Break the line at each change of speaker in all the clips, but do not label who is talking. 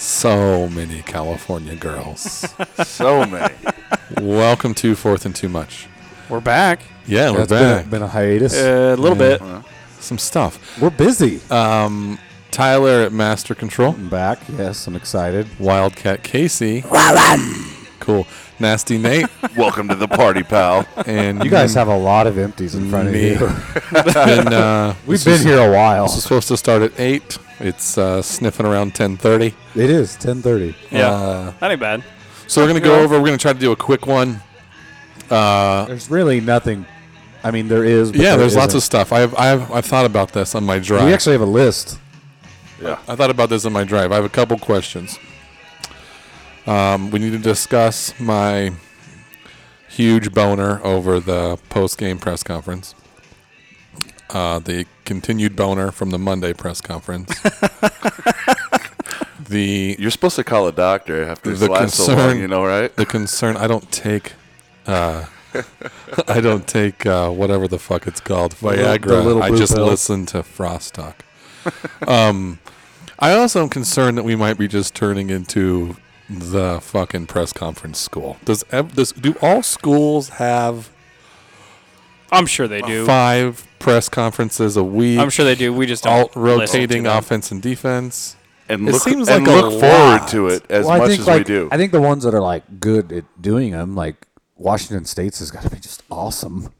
so many California girls.
So many.
Welcome to Fourth and Too Much.
We're back
Yeah, we're
That's been a-
back.
Been, a hiatus.
a
Uh,
little
Yeah.
bit.
Some stuff.
We're busy.
Um, Tyler at Master Control.
I'm back. Yes, I'm excited.
Wildcat Casey. cool. Nasty Nate.
Welcome to the party, pal.
And
You guys have a lot of empties in front
Me.
of you.
been, uh,
We've
this
been
was-
here a while.
This was supposed to start at eight. It's uh, sniffing around ten thirty.
It is 10:30.
Yeah,
Uh,
that ain't bad.
so we're gonna go over. We're gonna try to do a quick one. Uh,
There's really nothing. I mean, there is. But
yeah,
there
there's lots of
isn't.
stuff. I've I've I've thought about this on my drive.
We actually have a list.
Yeah.
I thought about this on my drive. I have a couple questions. Um, we need to discuss my huge boner over the post game press conference. Uh, the continued boner from the Monday press conference. the
You're supposed to call a doctor after this
The
lasts so
concern-
long, you know, right?
the concern I don't take uh, I don't take uh, whatever the fuck it's called
little-
Viagra.
the little
I
blue
just
pill.
listen to Frost talk. um, I also am concerned that we might be just turning into the fucking press conference school. Does ev- does do all schools have
I'm sure they do.
five press conferences a week?
I'm sure they do. We just don't
All
listen to
rotating
them.
offense and defense.
And
It
look,
seems
and
like a lot.
look forward to it as
Well, I
much
think,
as
like,
we do.
I think the ones that are like good at doing them, like Washington State's, has got to be just awesome.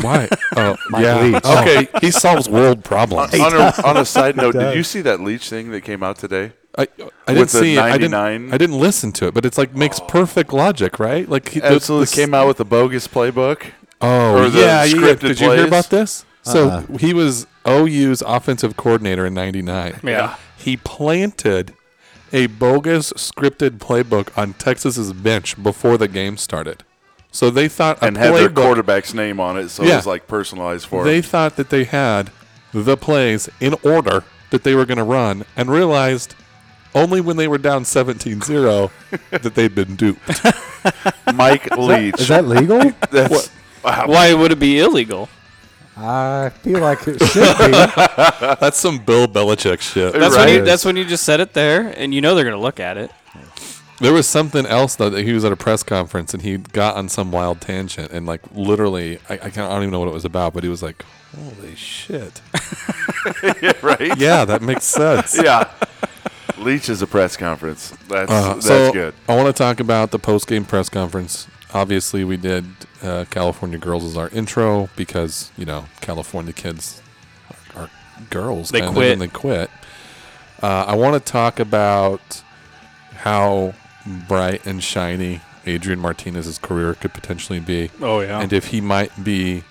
Why? Oh,
Mike
yeah.
Leach.
Okay, he solves world problems.
on, a, on a side note, did
does.
you see that leech thing that came out today?
I, I didn't
With the
see it. I didn't,
99?
I didn't listen to it, but it's like makes perfect logic, right? Like he
Absolutely
this-
came out with a bogus playbook.
Oh
or the
yeah, yeah, yeah.
scripted
Did you hear
plays.
about this? So
Uh-uh.
he was OU's offensive coordinator in '99.
Yeah.
he planted a bogus scripted playbook on Texas's bench before the game started. So they thought a
and had their
playbook-
quarterback's name on it, so
Yeah.
it was like personalized for
They
him.
thought that they had the plays in order that they were going to run and realized only when they were down 17 0 that they'd been duped.
Mike Leach.
Is that legal?
That's, wow.
Why would it be illegal?
I feel like it should be.
That's some Bill Belichick shit.
That's
Right.
when you, that's when you just said it there, and you know they're gonna look at it.
There was something else, though, that he was at a press conference and he got on some wild tangent and, like, literally, I, I, can't, I don't even know what it was about, but he was like, holy shit.
Yeah, right?
Yeah, that makes sense.
yeah. Leach is a press conference. That's
Uh,
that's
so
good.
I want to talk about the post game press conference. Obviously, we did uh, California Girls as our intro because you know California kids are, are girls.
They
kinda,
quit.
And they quit. Uh, I want to talk about how bright and shiny Adrian Martinez's career could potentially be,
Oh yeah.
and if he might be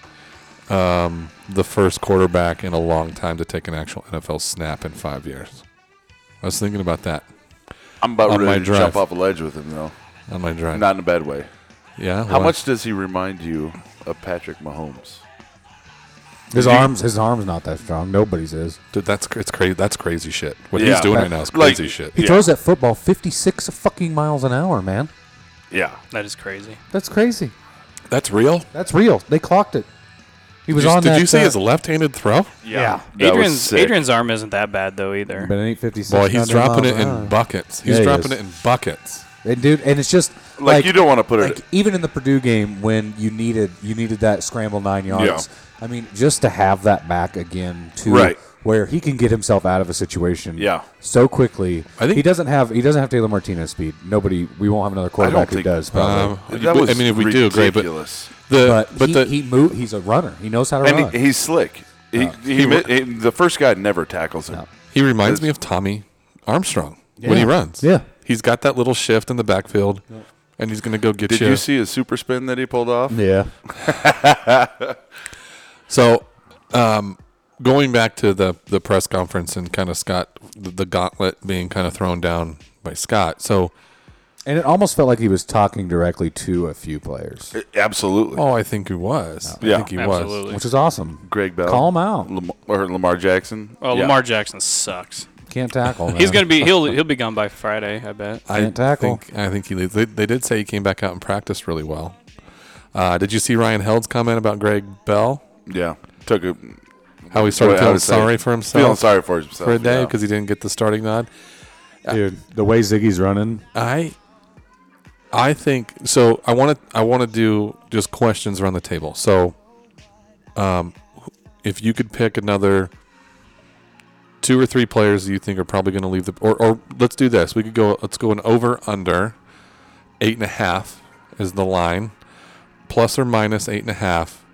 um, the first quarterback in a long time to take an actual NFL snap in five years. I was thinking about that
I'm about
on my
ready to
drive.
jump off a ledge with him, though.
on my drive.
Not in a bad way.
yeah.
How
why?
much does he remind you of Patrick Mahomes?
His arms, his arms, not that strong. Nobody's is.
Dude, that's it's crazy. That's crazy shit. What
Yeah.
he's doing right now is
Like-
crazy shit.
He
Yeah.
throws that football 56 fucking miles an hour, man.
Yeah.
that is crazy.
That's crazy.
That's real.
That's real. They clocked it. He was
did you,
on
did
that,
you see
uh,
his left-handed throw?
Yeah.
That was
Adrian's
sick.
Adrian's arm isn't that bad though either.
But it ain't 56.
Boy, he's
goddamn
dropping
miles
it
an hour.
in buckets. He's
uh, Yeah, he
dropping
is.
it in buckets.
And dude, and it's just
Like, you don't want to put
like
it.
even in the Purdue game when you needed you needed that scramble nine yards. I mean, just to have that back again to
Right.
where he can get himself out of a situation
Yeah.
so quickly.
I think-
he doesn't have he doesn't have Taylor Martinez speed. Nobody we won't have another quarterback who
think-
does probably.
Um, I mean, if we do, great. But
ridiculous.
the
but
Uh, but,
he,
the
he move he's a runner. He knows how to run.
and he, he's slick. He, he,
Uh-huh. He
mi-
wa-
he- the first guy never tackles him.
No.
he reminds me of Tommy Armstrong when he
Yeah.
runs.
Yeah.
he's got that little shift in the backfield, and he's gonna go get
Did
you.
you see his super spin that he pulled off?
yeah.
So, um, going back to the the press conference and kind of Scott the, the gauntlet being kind of thrown down by Scott. So,
And it almost felt like he was talking directly to a few players,
Uh, Absolutely.
oh, I think he was. I
Yeah.
think he was.
Absolutely.
which is awesome.
Greg Bell.
Call him out.
Lam- or Lamar Jackson.
Oh,
Yeah.
Lamar Jackson sucks.
Can't tackle.
He's
man.
gonna be he'll he'll be gone by Friday. I bet.
I
Can't tackle.
Think, I think he leads. They, they did say he came back out and practiced really well. Uh, did you see Ryan Held's comment about Greg Bell?
Yeah. Took a
How he started
Well, I
feeling
would say-
sorry for
feeling
himself
sorry for himself
for a day
yeah.
because he didn't get the starting nod.
Dude, the way Ziggy's running,
I I think so I want to I want to do just questions around the table. So um if you could pick another two or three players you think are probably going to leave the or, or let's do this. We could go let's go an over under eight and a half is the line plus or minus eight and a half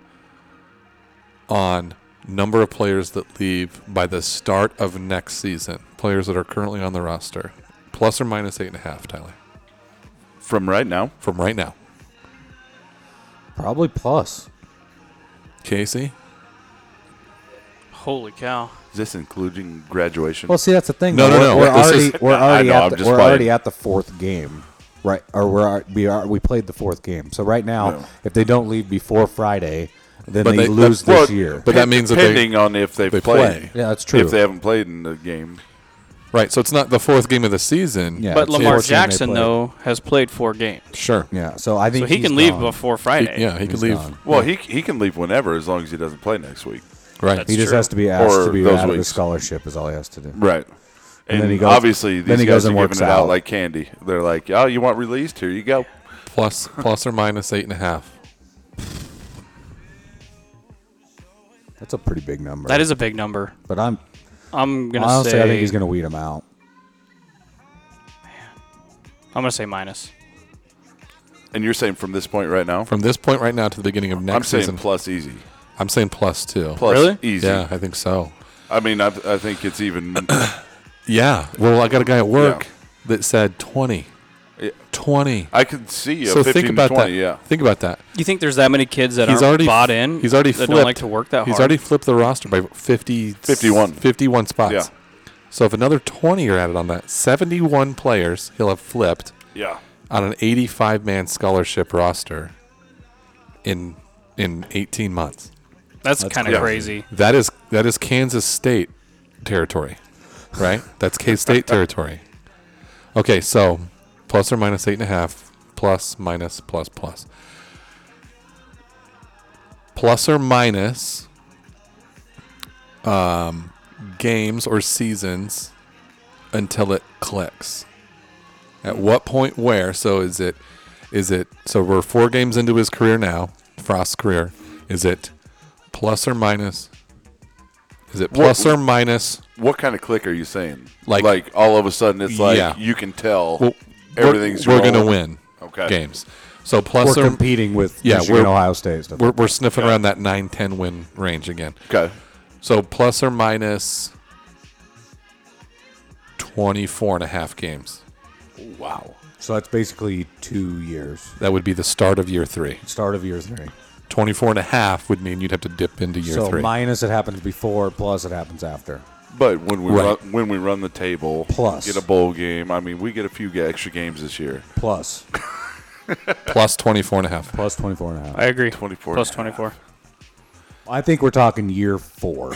on number of players that leave by the start of next season. Players that are currently on the roster. Plus or minus eight and a half, Tyler.
From right now,
From right now.
Probably plus.
Casey?
Holy cow.
is this including graduation?
Well, see, that's the thing.
No,
though.
no, no.
We're, we're
This
already
is-
we're
I
already
know,
at
I'm
the,
just
we're
playing.
already at the fourth game, right? Or we're al- we are we played the fourth game. So right now,
No.
if they don't leave before Friday, then
But
they,
they-
lose
that-
this
Well,
year.
But that means that they-
depending on if they,
they
play.
play.
yeah, that's true.
If they haven't played in the game,
Right. So it's not the fourth game of the season.
Yeah,
but
it's the
Lamar
fourth game they
Jackson,
play.
though, has played four games.
Sure.
Yeah, so I think
So he
he's
can leave
gone.
before
He-
Friday.
yeah, he could
He's
leave.
gone.
well, he he can leave whenever as long as he doesn't play next week.
Right.
He just
true.
has to be asked
Or
to be
those
out of the
weeks.
scholarship is all he has to do.
Right. And,
then he goes-
obviously these
then he
guys
goes and
are
works
giving it out.
out.
like candy. They're like, "Oh, you want released? Here you go."
Plus plus or minus eight and a half.
That's a pretty big number.
That is a big number.
but I'm
I'm gonna
honestly,
say
I think he's gonna weed him out.
I'm gonna say minus.
And you're saying from this point right now?
From this point right now to the beginning of next
I'm saying
season.
plus easy.
I'm saying plus two.
Plus
Really?
easy.
Yeah, I think so.
I mean, I, I think it's even.
Yeah. Well, I got a guy at work that said twenty.
Yeah.
Twenty.
I could see a
so
15
think about
to 20,
that.
yeah.
Think about that.
You think there's that many kids that
He's
aren't
already
bought in?
He's already
that
flipped.
don't like to work that
He's
hard.
already flipped the roster by 50,
51.
51 spots.
Yeah.
So if another 20 are added on that, 71 players he'll have flipped
Yeah.
on an 85 man scholarship roster in in 18 months.
That's, kind of
yeah.
crazy.
That is that is Kansas State territory, right? That's K State territory. Okay, so plus or minus eight and a half, plus minus plus plus, plus or minus um, games or seasons until it clicks. At what point? Where? So is it? Is it? So we're four games into his career now, Frost's career. Is it plus or minus? Is it plus or minus?
What kind of click are you saying?
Like-
all of a sudden, it's like
Yeah.
you can tell
Well, we're-
everything's.
we're, going to
rolling.
win
Okay.
games. So
We're
plus or
competing with
Yeah,
Michigan,
we're-
Ohio State, and stuff.
we're, we're sniffing around that 9-10 win range again.
Okay.
So plus or minus 24 and a half games.
Wow. So that's basically two years.
That would be the start of year 3.
Start of year three.
24 and a half would mean you'd have to dip into year
so
3.
minus it happens before, plus it happens after.
But when we
Right.
run, when we run the table,
Plus.
get a bowl game. I mean, we get a few ga- extra games this year.
Plus.
plus 24 and a half.
Plus 24 and a half.
I agree.
24.
plus 24.
I think we're talking year four.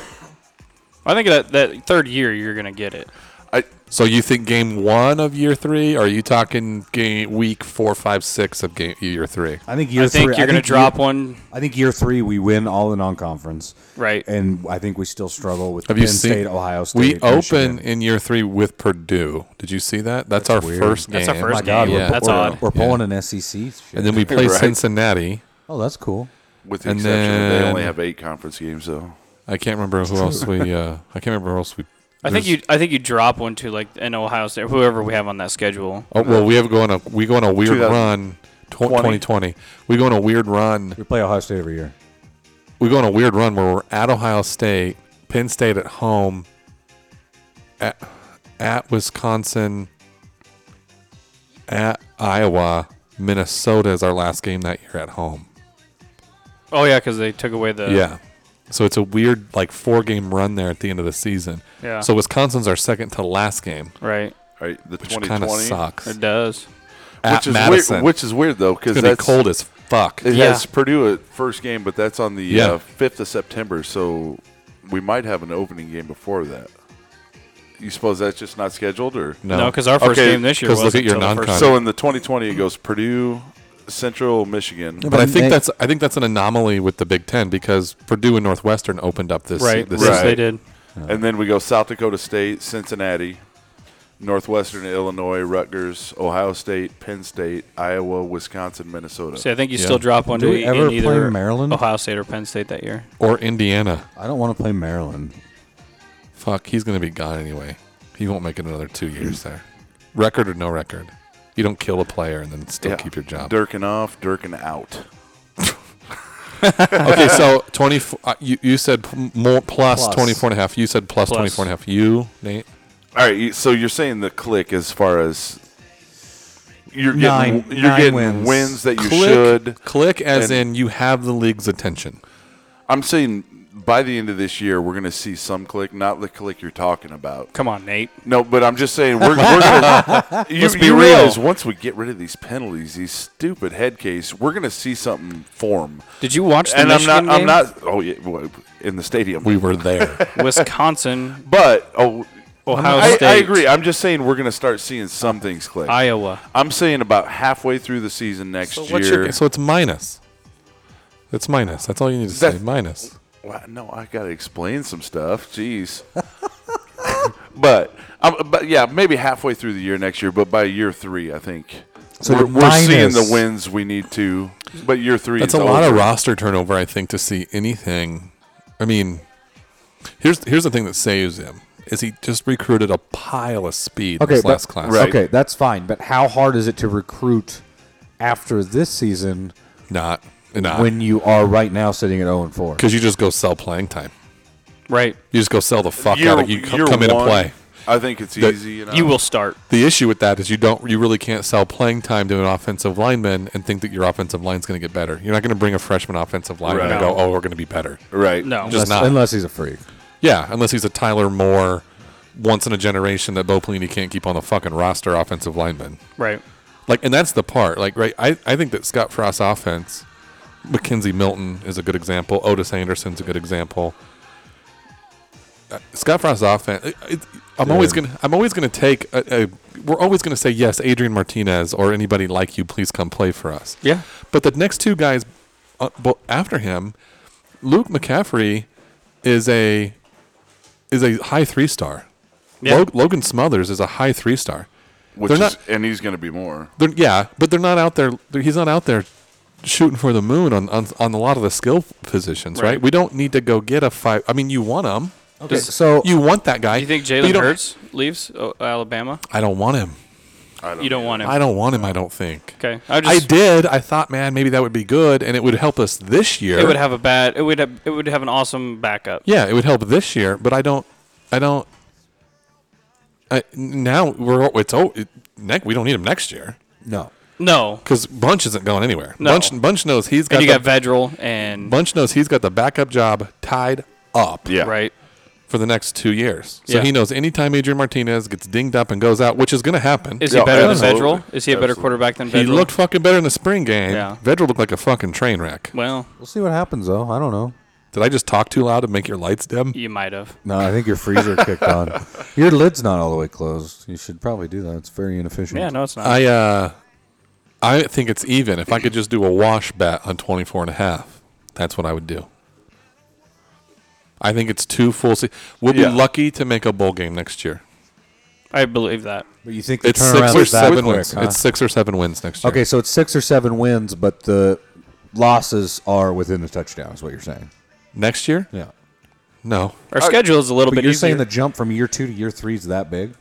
I think that that third year you're gonna get it.
I
So you think game 1 of year 3 or are you talking game week four, five, six of game year 3?
I think year
I think
three.
you you're gonna
think
drop
year-
one.
I think year three we win all the non-conference,
Right.
and I think we still struggle with
Have
Penn
you seen
State, Ohio State.
We
Michigan.
open in year three with Purdue. Did you see that? That's, our
weird.
first game.
That's our
Oh my
first
God,
game.
we're,
Yeah.
That's
we're,
odd.
We're pulling an SEC. Shit.
And then we play
Right.
Cincinnati.
oh, that's cool.
with the
And
exception that they
then-
only have eight conference games, though.
I can't remember who else we. Uh, I can't remember who else we.
I think
there's-
you. I think you drop one to like an Ohio State, whoever we have on that schedule.
Oh well, we have going a we go on a weird
2000
run. tw-
20.
2020. We go on a weird run.
We play Ohio State every year.
We go on a weird run where we're at Ohio State, Penn State at home, at, at Wisconsin, at Iowa, Minnesota is our last game that year at home.
Oh yeah, because they took away the.
yeah. So it's a weird like four game run there at the end of the season.
Yeah.
So Wisconsin's our second to last game,
Right.
All right, the
which kind of
2020,
sucks.
It does.
at
which is
Madison.
weird. Which is weird though, because
It's gonna be
that's
cold as fuck.
It
Yeah.
has Purdue at first game, but that's on the
Yeah.
uh, 5th of September, so we might have an opening game before that. You suppose that's just not scheduled, or
No, because our first
Okay,
game this year
'cause
was
look at your non-con.
so in the 2020 it goes Purdue, Central Michigan.
But I think
they-
that's I think that's an anomaly with the Big Ten because Purdue and Northwestern opened up this
Right.
this
Yes,
Right.
they did.
And then we go South Dakota State, Cincinnati, Northwestern, Illinois, Rutgers, Ohio State, Penn State, Iowa, Wisconsin, Minnesota.
See, I think you
Yeah.
still drop one
Did
to
we
e-
ever
in either
play Maryland?
Ohio State, or Penn State that year.
or Indiana.
I don't want to play Maryland.
Fuck, he's gonna be gone anyway. He won't make it another two years there. Record or no record, you don't kill a player and then still
Yeah.
keep your job.
Durkin off, Durkin out.
okay, so 20. Uh, you, you said p- more plus,
Plus.
24 and a half. You said plus,
Plus.
24 and a half. You, Nate?
All right, you- so you're saying the click as far as you're getting
Nine-
you're
nine
getting
wins.
wins. that you should.
click as
and-
in you have the league's attention.
I'm saying by the end of this year we're going to see some click, not the click you're talking about.
Come on, Nate.
No, but I'm just saying we're, we're gonna, you,
Let's be
you
real.
realize once we get rid of these penalties, these stupid head case, we're going to see something form.
Did you watch the
and I'm
Michigan
not I'm
game?
not oh yeah, well, in the stadium.
We were there.
Wisconsin,
but oh
Ohio
I,
State,
I agree. I'm just saying we're going to start seeing some things click.
Iowa.
I'm saying about halfway through the season next
so, what's
year.
your, so it's minus. It's minus. That's all you need to say.
That's-
Minus.
Well, no, I got to explain some stuff. Jeez. but um, but yeah, maybe halfway through the year next year, but by year 3, I think
So
we're,
you're
we're seeing
minus-
the wins we need to. But year 3
That's
is
a lot
over.
of roster turnover, I think, to see anything. I mean, here's here's the thing that saves him is he just recruited a pile of speed
Okay,
this
but-
last class.
Right.
Okay, that's fine. But how hard is it to recruit after this season
Not not
when you are right now sitting at 0 and 4?
because you just go sell playing time.
Right.
You just go sell the fuck
Year-
out of you. co-
year
Come in and
one,
play.
I think it's
The-
easy. You, know?
You will start.
The issue with that is you don't you really can't sell playing time to an offensive lineman and think that your offensive line's going to get better. You're not going to bring a freshman offensive lineman and
Right.
go, "Oh, we're going to be better."
right.
No.
Just
unless,
not.
unless he's a freak.
Yeah, unless he's a Tyler Moore, once in a generation that Bo Pelini can't keep on the fucking roster offensive lineman.
Right.
Like, and that's the part. Like, right? I, I think that Scott Frost's offense, Mackenzie Milton is a good example. Otis Anderson's a good example. Uh, Scott Frost's offense. It, it, I'm always
Dude.
gonna. I'm always gonna take. A, a, we're always gonna say yes, Adrian Martinez or anybody like you. Please come play for us.
Yeah.
But the next two guys uh, bo- after him, Luke McCaffrey is a is a high three star.
Yeah.
Log- Logan Smothers is a high three star.
Which
They're
is,
not-
and he's going to be more.
They're, yeah, but they're not out there. They're, he's not out there shooting for the moon on, on on a lot of the skill positions, right?
Right.
We don't need to go get a five. I mean, you want him.
Okay, so
You want that guy.
You think
but you
Jalen
don't-
Hurts leaves oh, Alabama?
I don't want him.
I don't
You don't want him.
I don't want him. I don't think.
okay. I
I
just.
did. I thought, man, maybe that would be good, and it would help us this year.
It would have a bad. It would have. It would have an awesome backup.
Yeah, it would help this year, but I don't. I don't. I, now we're it's oh it, neck. We don't need him next year
no.
No.
because Bunch isn't going anywhere.
No.
Bunch Bunch knows he's got,
And you
the,
got Vedral and
Bunch knows he's got the backup job tied up
Yeah.
right.
for the next two years. So
Yeah.
he knows anytime Adrian Martinez gets dinged up and goes out, which is going to happen.
Is he
Yeah,
better
absolutely.
than Vedral? Is he a better
Absolutely.
quarterback than
he
Vedral?
looked fucking better in the spring game.
Yeah.
Vedra looked like a fucking train wreck.
well.
We'll see what happens, though. I don't know.
Did I just talk too loud and make your lights dim?
You might have.
No, I think your freezer kicked on. Your lid's not all the way closed. You should probably do that. It's very inefficient.
Yeah. No, it's not.
I uh, I think it's even. If I could just do a wash bet on 24 and a half, that's what I would do. I think it's two full. Se- we'll
Yeah.
be lucky to make a bowl game next year.
I believe that.
But you think the
It's six
turnaround
or
is that
seven
quick,
wins.
huh?
It's six or seven wins next year.
okay, so it's six or seven wins, but the losses are within the touchdown, is what you're saying.
next year?
Yeah.
No,
Our schedule is a little
But,
bit
you're
easier.
saying the jump from year two to year three is that big?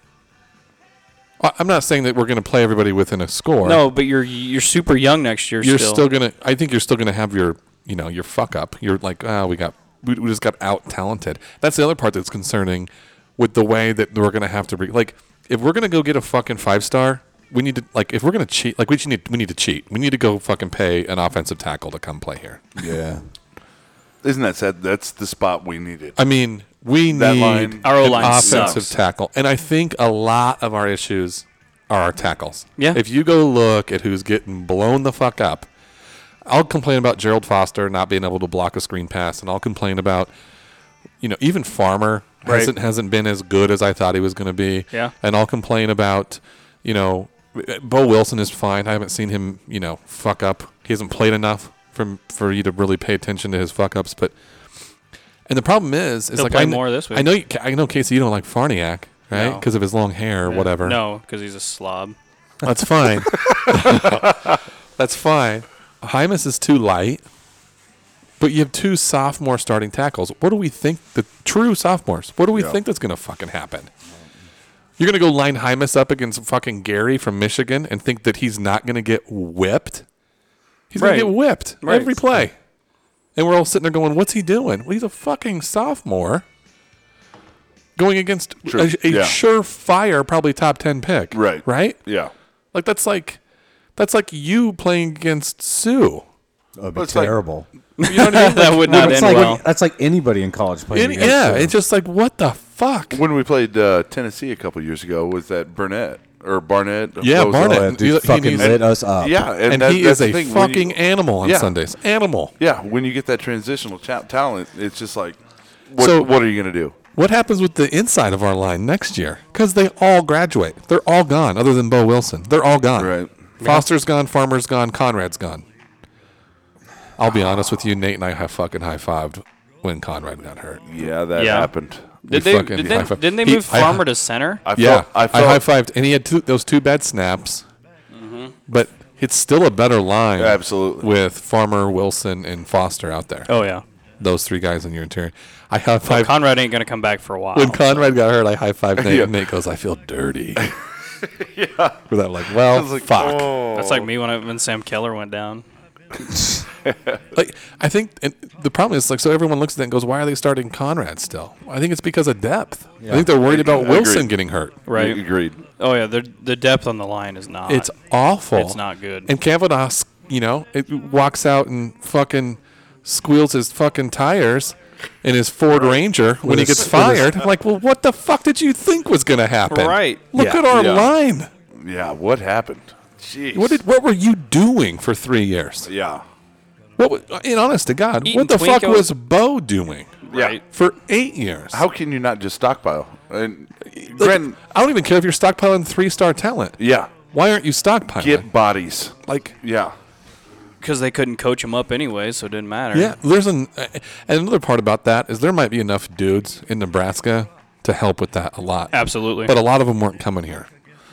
I- I'm not saying that we're going to play everybody within a score.
no, but you're you're super young next year.
you're
still.
still, gonna. I think you're still gonna have your, you know, your fuck up. You're like, ah, we got, we, we just got out talented. That's the other part that's concerning with the way that we're gonna have to re- like, if we're gonna go get a fucking five star, we need to like, if we're gonna cheat, like we just need, we need to cheat. We need to go fucking pay an offensive tackle to come play here.
Yeah.
Isn't that sad? That's the spot we needed.
I mean, we
That
need
line-
Our
an
O-line
offensive
sucks.
tackle, and I think a lot of our issues are our tackles.
Yeah.
If you go look at who's getting blown the fuck up, I'll complain about Gerald Foster not being able to block a screen pass, and I'll complain about you know even Farmer
Right.
hasn't hasn't been as good as I thought he was going to be.
Yeah.
And I'll complain about you know Bo Wilson is fine. I haven't seen him you know fuck up. He hasn't played enough for for you to really pay attention to his fuck ups, but. And the problem is, is
He'll
like
play
I, kn-
more this week.
I know you, I know Casey, you don't like Farniak, right?
No.
Because of his long hair or whatever.
No, because he's a slob.
That's fine. That's fine. Hymus is too light, but you have two sophomore starting tackles. What do we think? The true sophomores. What do we
Yeah.
think that's going to fucking happen? You're going to go line Hymus up against fucking Gary from Michigan and think that he's not going to get whipped? He's
Right.
going to get whipped
Right.
every play. And we're all sitting there going, what's he doing? Well, he's a fucking sophomore going against
True.
a, a
Yeah.
surefire, probably top 10 pick.
Right.
Right?
Yeah.
Like that's like that's like you playing against Sue.
That'd
Well,
be
it's like-
terrible.
You know what I mean?
That would not
that's
end
like
well.
that's like anybody in college playing.
Any-
against
yeah,
them.
it's just like what the fuck.
When we played uh, Tennessee a couple years ago, was that Burnett or Barnett?
Yeah,
What was
Barnett.
Oh,
that?
that dude
He- he
fucking
needs-
lit us up.
Yeah, and,
and
that-
he
that's
is
the
a
thing, when you-
fucking animal on
Yeah.
Sundays. Animal.
yeah. When you get that transitional cha- talent, it's just like, what,
So-
what are you gonna do?
What happens with the inside of our line next year? Because they all graduate. They're all gone, other than Bo Wilson. They're all gone.
Right.
Foster's gone. Farmer's gone. Conrad's gone. I'll be honest with you, Nate and I have fucking high fived when Conrad got hurt.
Yeah, that
Yeah.
happened.
Did
We
they,
fucking
did they,
high-five-
didn't they
He-
move
I-
Farmer to center?
I felt,
yeah,
I
I,
felt
high fived, and he had two, those two bad snaps. But it's still a better line,
Mm-hmm. Absolutely.
with Farmer, Wilson, and Foster out there.
oh, yeah.
Those three guys in your interior. I high
Well,
fived
Conrad ain't going to come back for a while.
when Conrad got hurt. I high fived Nate,
Yeah.
and Nate goes, "I feel dirty." yeah, because I'm like, well,
was like, "Oh."
fuck.
That's like me when, I, when Sam Keller went down.
Like, I think and the problem is like, so everyone looks at that and goes, "Why are they starting Conrad still?" I think it's because of depth. I think they're worried about
Agreed.
Wilson getting hurt.
Right.
Agreed.
Oh, yeah. The, the depth on the line is not.
It's awful.
It's not good.
And Kavanaugh, you know, it walks out and fucking squeals his fucking tires in his Ford Ranger when he
his-
gets
with his-
fired. I'm like, well, what the fuck did you think was going to happen?
Right.
Look
Yeah.
at our
Yeah.
line.
Yeah. What happened? Jeez.
What did? What were you doing for three years?
Yeah.
What? wa- And honest to God,
Eating
what the fuck
Twinkos.
was Bo doing
Right.
for eight years?
How can you not just stockpile? And
Like,
Gren,
I don't even care if you're stockpiling three-star talent.
yeah,
Why aren't you stockpiling?
get bodies.
like
Yeah,
Because they couldn't coach him up anyway, so it didn't matter.
Yeah, there's an uh, and another part about that is there might be enough dudes in Nebraska to help with that a lot.
Absolutely.
But a lot of them weren't coming here.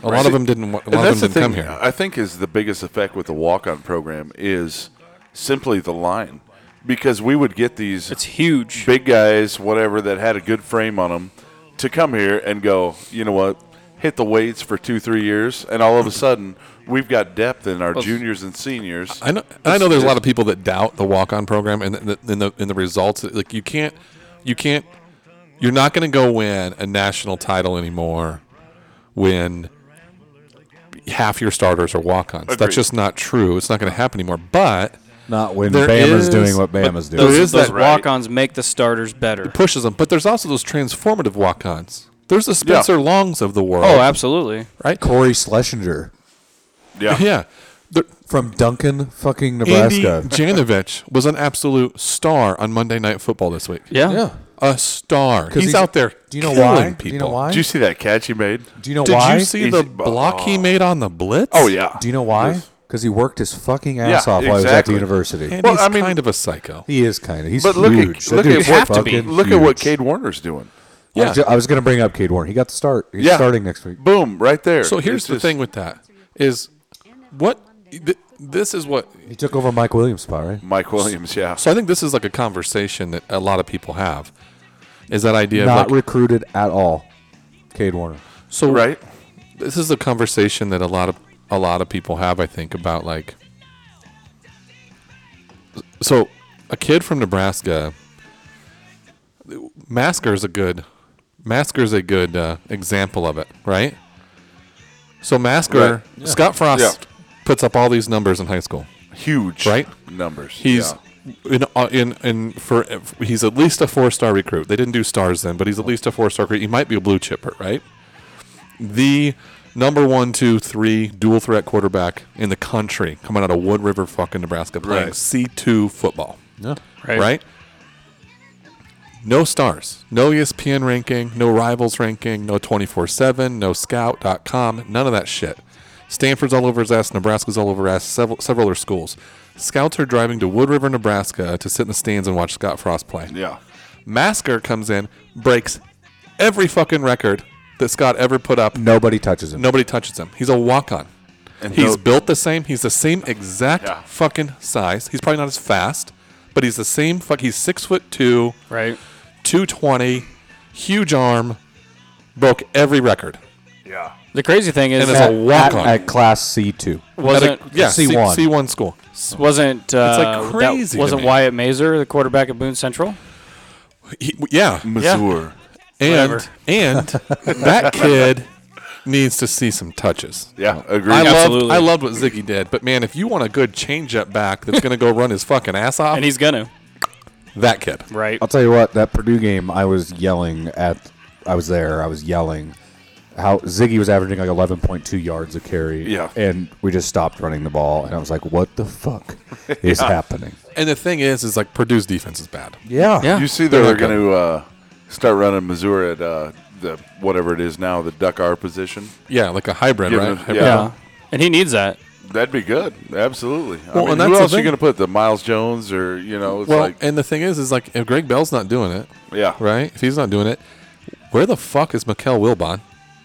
A lot of them didn't. wa- A lot of them didn't come here.
I think is the biggest effect with the walk-on program is simply the line, because we would get these
it's huge.
big guys, whatever, that had a good frame on them, to come here and go. You know what? Hit the weights for two, three years, and all of a sudden we've got depth in our juniors and seniors.
I know. I know. There's a lot of people that doubt the walk-on program and the, in the in the results. Like you can't, you can't, you're not going to go win a national title anymore when half your starters are walk-ons.
Agreed.
That's just not true. It's not going to happen anymore. But
Not when
There is-
Bama's doing what
but
Bama's doing.
there
Those,
is
those
that-
Right.
walk-ons make the starters better.
pushes them. But there's also those transformative walk-ons. There's the Spencer Longs of the world.
Oh, absolutely.
right.
Corey Schlesinger
yeah,
Yeah. The,
from Duncan, fucking
Andy
Nebraska.
Janovich was an absolute star on Monday Night Football this week.
Yeah.
yeah,
A star. He's,
'Cause
out there.
Do you know
killing
why?
People.
Do you know why?
Did you see that catch he made?
Do you know
Did
why?
you see
He's-
the block he made on the blitz?
Oh yeah.
Do you know why? Because he worked his fucking ass
Yeah,
off while he was at
exactly.
the university.
And
Well,
he's
I mean-
kind of a psycho.
He is kind of. He's
But look
huge.
at look at what
to be.
look at what
Cade.
Cade Warner's doing.
I was, ju- I was going to bring up Cade Warren. He got the start. He's
Yeah.
starting next week.
Boom, right there.
So here's
It's
the
just-
thing with that is what th- this is what
He took over Mike Williams' spot, right?
Mike Williams, yeah.
so I think this is like a conversation that a lot of people have is that idea
Not
of like
recruited at all. Cade Warner.
so
right?
this is a conversation that a lot of a lot of people have i think about like so a kid from nebraska masker's a good masker's a good uh, example of it right so masker
Right.
scott frost
Yeah.
puts up all these numbers in high school
Huge
Right?
numbers.
He's
yeah.
in uh, in in for he's at least a four star recruit. They didn't do stars then, but he's at least a four star recruit. He might be a blue chipper, right? The number one, two, three dual threat quarterback in the country, coming out of Wood River, fucking Nebraska, playing
Right.
C two football,
Yeah.
Right.
right? No stars, no E ESPN ranking, no rivals ranking, no 24 7, no scout.com, none of that shit. Stanford's all over his ass, Nebraska's all over his ass, several, several other schools. Scouts are driving to Wood River, Nebraska to sit in the stands and watch Scott Frost play.
yeah.
Masker comes in, breaks every fucking record that Scott ever put up.
Nobody touches him.
Nobody touches him. He's a walk on.
And
He's
no-
built the same. He's the same exact
Yeah.
fucking size. He's probably not as fast, but he's the same. Fuck. He's six foot two,
right?
two twenty, huge arm, broke every record.
yeah.
The crazy thing is,
And it's a
that
walk
at,
on.
at class C two.
wasn't
yeah,
C1.
C one school.
wasn't uh,
like
that
crazy to
wasn't
me.
Wyatt Mazer the quarterback at Boone Central?
He- yeah,
Missouri.
and
Whatever.
and that kid needs to see some touches.
Yeah, agreed.
Oh. I loved,
Absolutely.
I loved what Ziggy did, but man, if you want a good changeup back that's going to go run his fucking ass off,
And he's gonna
that kid.
right.
I'll tell you what, that Purdue game, I was yelling at. I was there. I was yelling. How Ziggy was averaging like 11.2 yards a carry.
Yeah.
And we just stopped running the ball, and I was like, "What the fuck is happening?"
And the thing is, is like Purdue's defense is bad.
Yeah.
Yeah.
You see, they're,
They're
going
not
to uh, start running Missouri at uh, the whatever it is now, the duck R position.
Yeah, like a hybrid,
Yeah,
right?
yeah.
Hybrid.
yeah, and he needs that.
That'd be good. Absolutely. I
Well, and
mean,
that's
who
the
else are you
thing.
going to put? The Miles Jones or you know? It's
Well,
like
and the thing is, is like if Greg Bell's not doing it,
yeah,
right? If he's not doing it, where the fuck is Mikel Wilbon?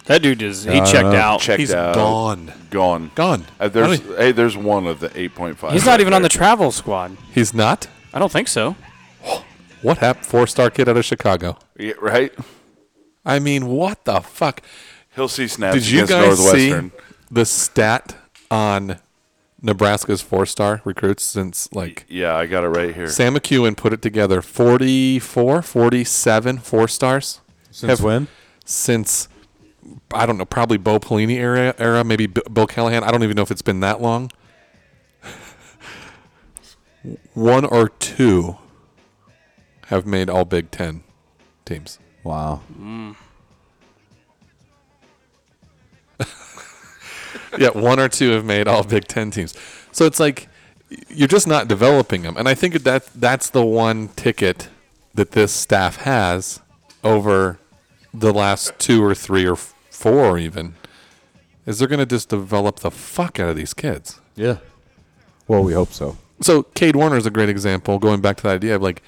That dude is he
I
checked
know.
out.
Checked
He's
out.
gone,
Gone.
gone.
Uh,
I
there's
don't-
hey, there's one of the eight point five.
He's not even on the travel squad.
he's not.
I don't think so.
What happened? Four star kid out of Chicago.
yeah, right.
I mean, what the fuck?
He'll see snaps
Did you
against
guys see
Northwestern.
the stat on Nebraska's four star recruits since like
Yeah, I got it right here.
Sam McEwen put it together 44, 47 four stars
Since when?
since I don't know, probably Bo Pelini era, era maybe B- Bill Callahan. I don't even know if it's been that long. One or two have made all Big Ten teams.
Wow.
yeah, one or two have made all Big Ten teams. So it's like you're just not developing them, and I think that that's the one ticket that this staff has over the last two or three or f- four even is they're going to just develop the fuck out of these kids.
Yeah. Well, we hope so.
So Cade Warner is a great example. Going back to that idea of like,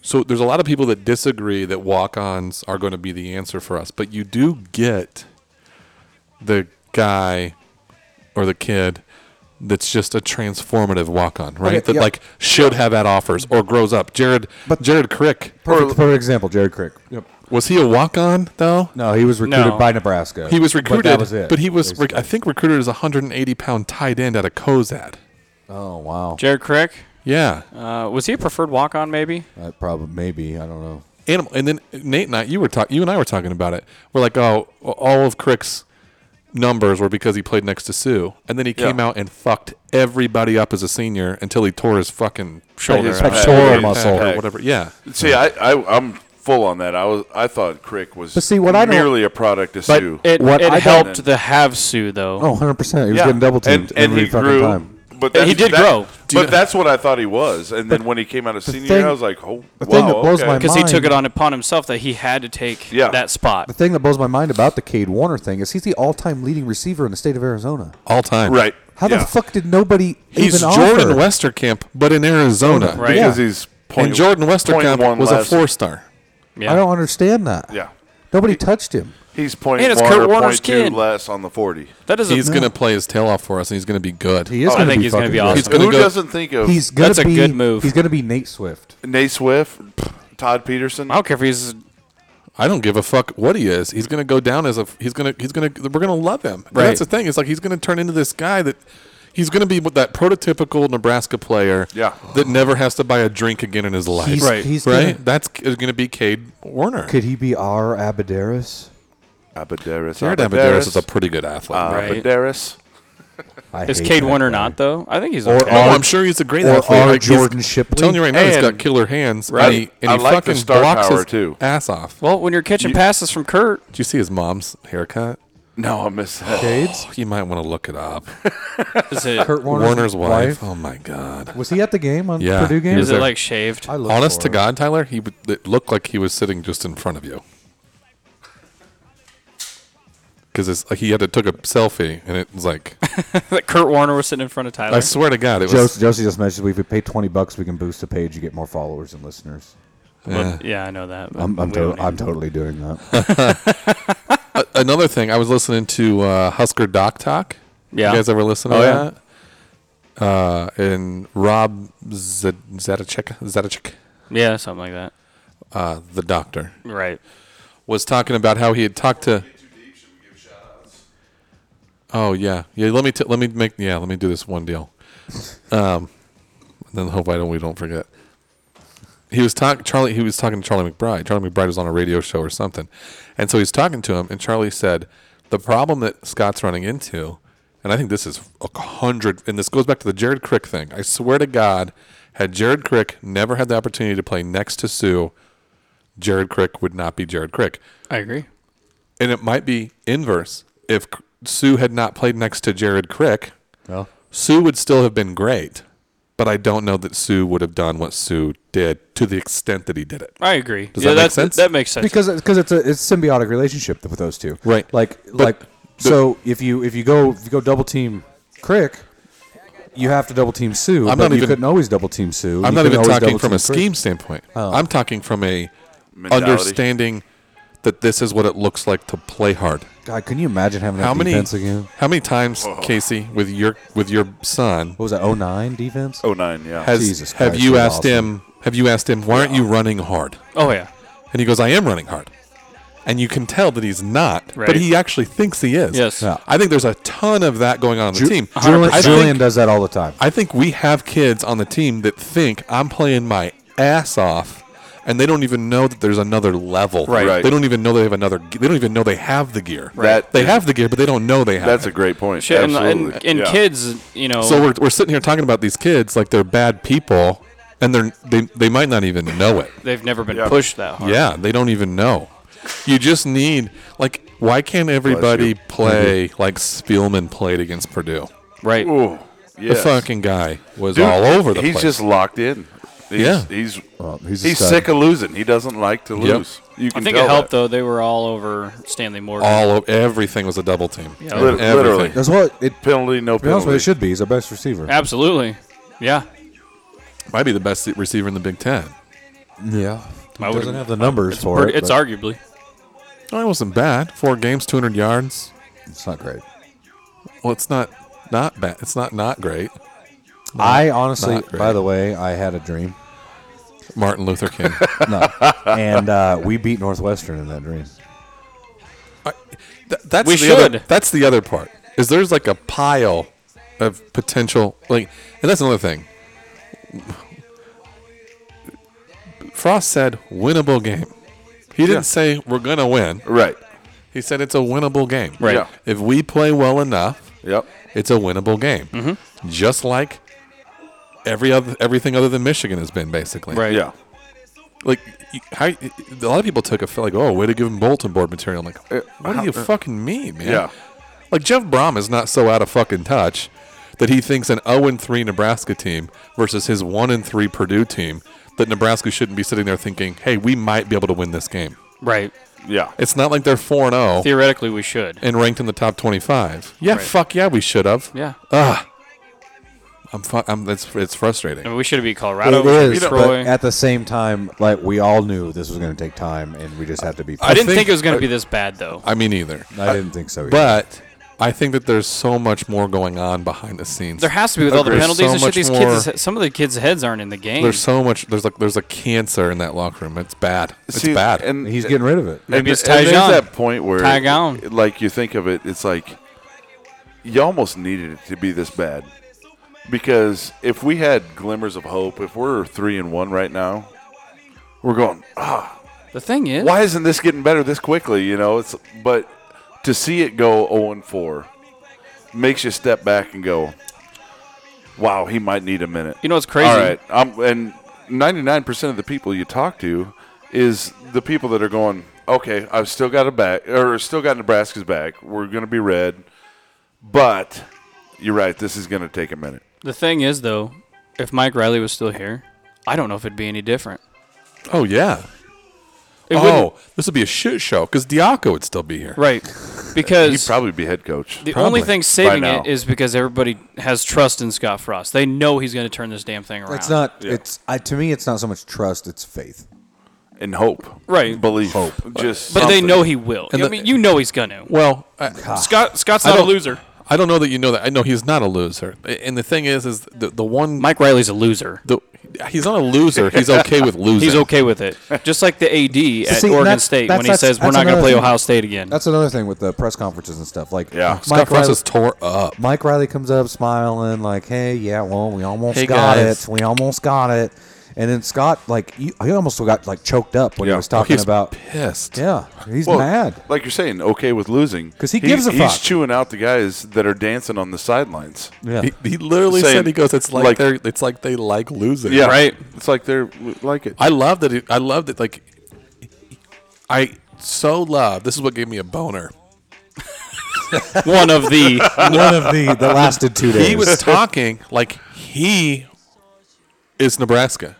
so there's a lot of people that disagree that walk-ons are going to be the answer for us, but you do get the guy or the kid that's just a transformative walk-on, right?
Okay,
that
yeah.
like should have had offers or grows up. Jared,
But-
Jared Crick
Perfect, perfect example, Jared Crick. Yep.
was he a walk-on though?
No, he was recruited
No.
by Nebraska.
He was
But
recruited,
that was it.
he was
basically.
I think recruited as a 180 pound tight end out of Cozad.
oh wow.
Jared Crick
Yeah,
uh, was he a preferred walk on? Maybe
That probably maybe I don't know.
animal. And then Nate and I, you were talking, you and I were talking about it. We're like, oh, all of Crick's numbers were because he played next to Sue, and then he came
Yeah.
out and fucked everybody up as a senior until he tore his fucking shoulder,
His
out.
pectoral
Or his
muscle.
pec or whatever. Yeah,
See, I, I I'm full on that. I was I thought Crick was
But see, what I don't-
merely a product of
but
Sue.
it,
What
it
I don't-
helped the have Sue though.
Oh, 100 percent. He was getting double
and,
teamed
and
every
he
fucking
grew.
time.
But
Yeah, he
that's-
did
that-
grow.
Do you
But
know-
that's what I thought he was, and then when he came out of senior, year,
thing-
I was like, oh,
the
wow,
thing that blows
okay.
my
because he took
mind.
it on upon himself that he had to take
Yeah.
that
The
spot.
thing that blows my mind about the Cade Warner thing is he's the all-time leading receiver in the state of Arizona.
all time.
right.
How
yeah.
the fuck did nobody
He's
even
Jordan
offer?
Westerkamp, but in Arizona.
Right.
Because
Yeah.
he's point,
And Jordan
point one
Westerkamp was a
less-
four star.
Yeah.
I don't understand that.
Yeah,
Nobody touched him.
he's point
And it's
one
Kurt
or
Warner's
point two
kid.
less on the forty.
That doesn't.
He's gonna play his tail off for us, and he's gonna be good.
He is
I
going to
think
be
he's gonna
fucking
be
good.
awesome.
He's gonna
Who
go-
doesn't think of
He's gonna
That's a
be,
good move.
He's going to be Nate Swift.
Nate Swift, Todd Peterson?
I don't care if he's
I don't give a fuck what he is. He's gonna go down as a he's gonna he's gonna we're gonna love him. And
Right.
that's the thing. It's like he's gonna turn into this guy that he's gonna be with that prototypical Nebraska player.
Yeah.
That never has to buy a drink again in his life.
He's,
Right.
He's
right.
Gonna,
that's is gonna be Cade Warner.
could he be our Abadaris?
Abadaris.
Jared Abadaris is a pretty good athlete.
Uh,
Right.
Abadaris.
I
is
hate
Cade
that
Warner
guy.
not though. I think he's
Or-
Oh,
okay.
or-
I'm sure he's a great
or
athlete.
our
Like, he's-
Jordan Shipley.
I'm telling you right now, he's got
And-
killer hands.
Right.
And he, and
I
he
like the
fucking
star
blocks
power,
his
too.
ass off.
well, when you're catching passes from Kurt,
Did you see his mom's haircut? Oh,
No, I missed that.
Cade's?
You might want to look it up.
is it
Kurt Warner's,
Warner's wife.
wife.
Oh my god.
Was he at the game on
Yeah,
Purdue
he
game?
was
is it
there.
like shaved?
I looked
Honest
for
to
him.
God, Tyler, he would, it looked like he was sitting just in front of you. Because like he had to took a selfie, and it was like
That Kurt Warner was sitting in front of Tyler.
I swear to God, it
Jos-
was.
Josie just mentioned if we pay 20 bucks, we can boost the page. You get more followers and listeners.
But- yeah. I know that. but
I'm, I'm,
we
to-
don't need-
I'm totally doing that.
another thing, I was listening to uh, Husker Doc Talk.
Yeah.
You guys ever listen to
Oh, yeah.
that? Uh, and Rob Z- Zatachek, Zatachek,
Yeah, something like that.
uh, the doctor,
Right.
was talking about how he had talked to. Oh yeah, yeah. Let me t- let me make yeah. Let me do this one deal. Um, then hope I don't we don't forget. He was talking Charlie. He was talking to Charlie McBride. Charlie McBride was on a radio show or something, and so he's talking to him, and Charlie said, "The problem that Scott's running into, and I think this is a hundred, and this goes back to the Jared Crick thing. I swear to God, had Jared Crick never had the opportunity to play next to Sue, Jared Crick would not be Jared Crick."
I agree.
and it might be inverse. If C- Sue had not played next to Jared Crick,
Well,
Sue would still have been great, but I don't know that Sue would have done what Sue did to the extent that he did it.
I agree.
Does
yeah,
that make
that's-
sense?
That makes sense.
because because it's a it's symbiotic relationship with those two.
Right.
Like like so if you if you go if you go double team Crick, you have to double team Sue.
I'm
but
not
you
even-
couldn't always double team Sue.
I'm
You
not
couldn't
even
always
talking
double
from
team
a
Crick. Oh.
scheme standpoint. I'm talking from a
Mentality.
understanding that this is what it looks like to play hard.
God, can you imagine having that
How many
defense again?
how many times, Casey, with your with your son
What was that? 09 defense.
Oh nine, yeah.
has
Jesus
have
Christ,
you
you're
asked
awesome.
him have you asked him why aren't you running hard?
oh yeah.
And he goes, I am running hard. And you can tell that he's not,
Right.
but he actually thinks he is.
Yes.
Yeah.
I think there's a ton of that going on on the
Ju-
team.
Julian,
I,
Julian
think,
does that all the time.
I think we have kids on the team that think I'm playing my ass off, and they don't even know that there's another level.
Right.
Right.
They don't even know they have another. ge- They don't even know they have the gear.
That
They
is-
have the gear, but they don't know they have.
That's
it.
a great point.
Shit, and,
Absolutely.
and, and
Yeah.
kids, you know.
So we're, we're sitting here talking about these kids like they're bad people, and they're they, they might not even know it.
they've never been
Yeah.
pushed that hard.
Yeah, they don't even know. You just need like why can't everybody
you. Mm-hmm.
play like Spielman played against Purdue?
Right.
Ooh,
The
yes.
fucking guy was
Dude,
all over the
he's
place.
just locked in. He's,
Yeah.
he's
he's
he's,
a stud.
sick of losing. He doesn't like to
Yep.
lose. You
I
can
think it
tell
helped
that.
though. They were all over Stanley Morgan.
all o- everything was a double team.
Yeah.
Lit-
Everything.
literally.
That's what it.
Penalty, no
To be honest with you,
penalty.
it should be. He's our best receiver.
Absolutely. Yeah.
Might be the best receiver in the Big Ten.
Yeah. He
I would-
doesn't have the numbers for
Or
it.
it's
but
arguably.
Oh, it wasn't bad. Four games, 200 yards.
It's not great.
Well, it's not not bad. It's not not great.
I honestly,
not great.
by the way, I had a dream.
Martin Luther King.
No. and uh, we beat Northwestern in that dream.
Th- that's
We
the
should.
Other, that's the other part. Is there's like a pile of potential like, and that's another thing. Frost said winnable game. He didn't
Yeah.
say we're gonna win.
Right.
He said it's a winnable game.
Right.
Yeah.
If we play well enough,
Yep.
it's a winnable game.
Mm-hmm.
Just like every other everything other than Michigan has been basically.
Right.
Yeah.
Like you- how, a lot of people took a feel like oh way to give him bulletin board material. I'm like
Uh,
what do
how-
you fucking mean, man?
Yeah.
Like Jeff Brom is not so out of fucking touch that he thinks an 0 and 3 Nebraska team versus his 1 and 3 Purdue team that Nebraska shouldn't be sitting there thinking, "Hey, we might be able to win this game."
Right.
Yeah.
It's not like they're 4 and 0
Theoretically, we should.
and ranked in the top 25. Yeah,
Right.
fuck yeah, we should have.
Yeah.
Ugh. I'm, fu- I'm it's, it's frustrating.
I mean, we should have beat Colorado.
it
we should have
is,
beat
but
Troy.
at the same time, like we all knew this was going to take time, and we just had to be.
I didn't
think-
think, it was going to be this bad though.
I mean either.
I didn't think so. Either.
But I think that there's so much more going on behind the scenes.
There has to be with all the
Agreed.
penalties
So
and
much
shit. These
more-
kids, some of the kids' heads aren't in the game.
there's so much there's like there's a cancer in that locker room. It's bad. It's
See,
bad.
And
he's getting rid of it.
Maybe
and,
it's
and there's
Tyjon.
that point where,
Tyjon.
like, you think of it, it's like you almost needed it to be this bad, because if we had glimmers of hope, if we're three and one right now, we're going. Ah,
the thing is,
why isn't this getting better this quickly? You know, it's but to see it go zero and four makes you step back and go, "Wow, he might need a minute."
you know what's crazy?
All right. Um, and 99% of the people you talk to is the people that are going, okay, I've still got a back, or still got Nebraska's back. We're going to be red. But you're right. This is going to take a minute.
The thing is though, if Mike Riley was still here, I don't know if it'd be any different.
oh yeah.
It wouldn't-
oh, this would be a shit show because Diaco would still be here.
right,
He'd
because
probably be head coach.
the
probably
only thing saving
now.
it is because everybody has trust in Scott Frost. They know he's going to turn this damn thing around.
It's not. It's I to me. It's not so much trust. It's faith.
and hope.
Right.
Belief. Hope. Just.
But they
something.
know he will.
And
I
the-
mean, you know he's gonna.
Well, I,
Scott Scott's
I
not a
don't-
loser.
I don't know that you know that. I know he's not a loser. A- And the thing is, is the, the one
Mike Riley's a loser.
the, he's not a loser. He's okay with losing.
He's okay with it. Just like the AD at
See,
Oregon
that's-
State
that's-
when he
that's-
says we're
that's
not going to
another
play
thing.
Ohio State again.
That's another thing with the press conferences and stuff. Like,
Yeah.
Scott
Mike Riley,
Francis tore up.
Mike Riley comes up smiling, like, "Hey, yeah, well, we almost
Hey,
got
guys.
it. We almost got it." And then Scott, like, you- he almost got like choked up when
Yeah.
he was talking
he's
about.
pissed.
Yeah, he's
Well,
mad.
Like you're saying, okay with losing
'Cause he gives a
He's
fuck.
chewing out the guys that are dancing on the sidelines.
Yeah,
He, he literally
Saying,
said he goes. It's like,
like-
they're. It's like they like losing.
Yeah,
Right.
It's like they're like it.
I love that. It, I love that. Like, I so love. This is what gave me a boner.
One of the
one of the that lasted two days.
He was talking like he is Nebraska,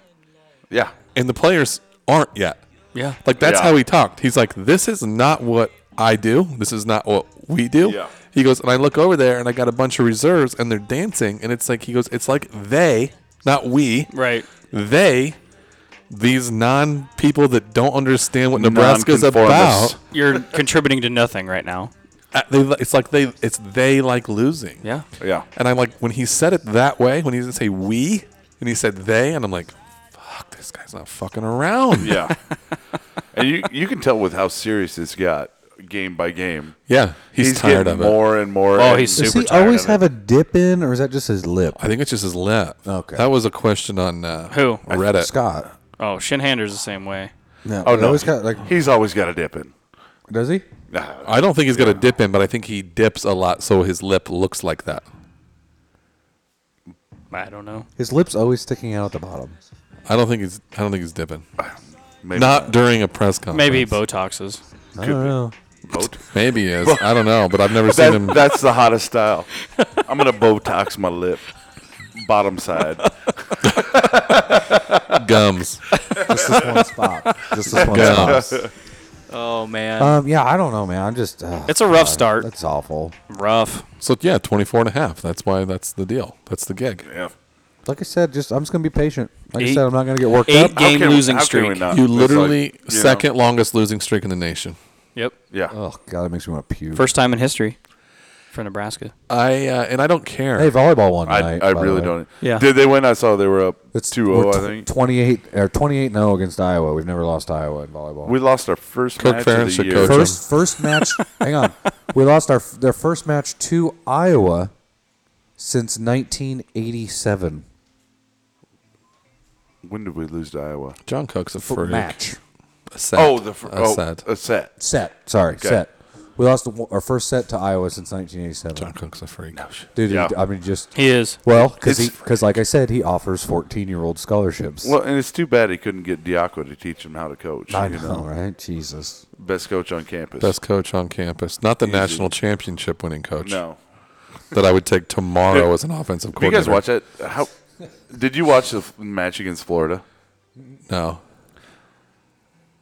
Yeah,
and the players aren't yet.
yeah.
Like that's
Yeah.
how he talked. He's like, "This is not what I do. This is not what we do."
Yeah.
He goes, and I look over there, and I got a bunch of reserves, and they're dancing, and it's like he goes, "It's like they, not we,
Right.
they, these non people that don't understand what Nebraska's
Nonconformists.
about.
You're contributing to nothing right now.
uh, They, it's like they, it's they like losing."
Yeah.
yeah.
And I'm like, when he said it that way, when he didn't say we, and he said they, and I'm like, fuck, this guy's not fucking around.
Yeah. and you you can tell with how serious this got game by game.
yeah, he's, tired
getting
of it.
more and more.
Oh,
and-
he's
Does
super
he
tired
always
of
have a dip in, or is that just his lip?
I think it's just his lip.
Okay.
That was a question on uh,
Who?
Reddit.
Scott.
Oh, Shinhander's the same way.
No,
Oh
he
no,
always got, like,
he's always got a dip in.
does he?
Nah.
I don't think he's got a dip in, but I think he dips a lot, so his lip looks like that.
I don't know.
His lips always sticking out at the bottom.
I don't think he's. I don't think he's dipping.
Maybe
Not during a press
Oh,
conference.
Maybe he Botoxes.
I don't know.
Boat.
Maybe he is. I don't know, but I've never seen him.
That, that's the hottest style. I'm gonna Botox my lip, bottom side.
gums.
Just this one spot. Just this one
Yeah.
spot.
Oh man.
Um, yeah, I don't know, man. I'm just. Uh,
it's a rough start.
that's awful.
rough.
So yeah, 24 and a half. That's why that's the deal. That's the gig.
Yeah.
Like I said, just I'm just gonna be patient. Like I
Eight-
said, I'm not gonna get worked
eight
up.
How
Game
can we-
losing
how can we
streak.
not?
You
Uh, It's like,
literally
you know,
second longest losing streak in the nation.
Yep.
yeah.
Oh god, it makes me want to puke.
First time in history for Nebraska.
I uh, and I don't care.
hey, volleyball one
I,
night.
I
by the
really
way.
don't.
Yeah.
Did they win? I saw they were up
It's
2
we're
I
tw-
think.
28 or 28 and 0 against Iowa. We've never lost to Iowa in volleyball.
We lost our first
Kirk
match
Ferentz
of the
should
year.
coach 'em.
first first match. hang on, we lost our f- their first match to Iowa since 1987.
When did we lose to Iowa?
John Cook's a freak.
match
A set.
Oh, the fr-
a
oh,
set.
a set.
set. Sorry,
Okay.
set. We lost the, w- our first set to Iowa since 1987.
John Cook's a freak.
Dude,
Yeah.
I mean, just
He is.
well, because
It's-
because like I said, he offers 14 year old scholarships.
Well, and it's too bad he couldn't get Diaco to teach him how to coach.
I
you
know, right? Jesus.
best coach on campus.
Best coach on campus, not the national championship winning coach
No,
that I would take tomorrow
Dude,
as an offensive
Did you
coordinator.
guys watch that? How did you watch the f- match against Florida?
No,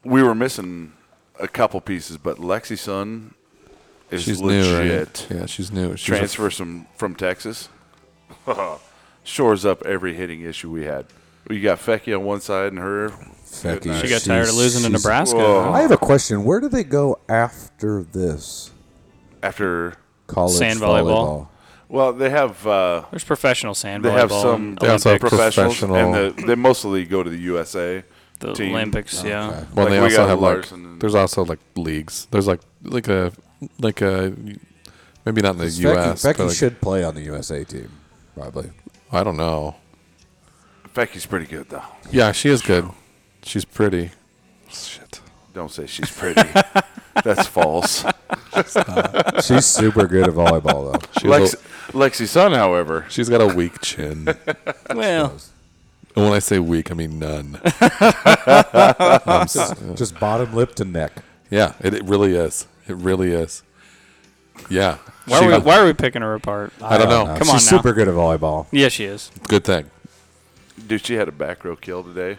We were missing a couple pieces, but Lexi Sun is
she's new.
legit.
Right? Yeah, she's new. She's a-
Transfers from from Texas. Shores up every hitting issue we had. We got Fecky on one side and her.
Fecky,
She
She
got
got tired of losing to
she's-
Nebraska.
Whoa.
I have a question. Where do they go after this
After
college
Sand volleyball.
volleyball?
well, they have uh,
There's professional sand
they
volleyball.
have some
They also have
Olympics,
professionals,
professional-
and the, they mostly go to the USA.
the
team.
Olympics. Yeah.
well,
like,
they
we
also
got
have
Larson
like.
and-
There's also like leagues. There's like like a like a maybe not in the U.S.
Fecky,
but,
Fecky
like-
should play on the USA team, probably.
I don't know.
Fecky's pretty good though.
Yeah, she is good. She's pretty. Shit.
Don't say she's pretty. That's false.
She's super good at volleyball, though.
She's,
Lex,
a-
Lexi Sun, however,
she's got a weak chin. and
Well,
when I say weak, I mean none. I'm s-
Just bottom lip to neck.
Yeah, it, it really is. It really is. Yeah.
why
She-
are we why are we picking her apart?
I don't know.
Come
She's
on now.
super good at volleyball.
Yeah, she is.
Good thing.
dude, she had a back row kill today.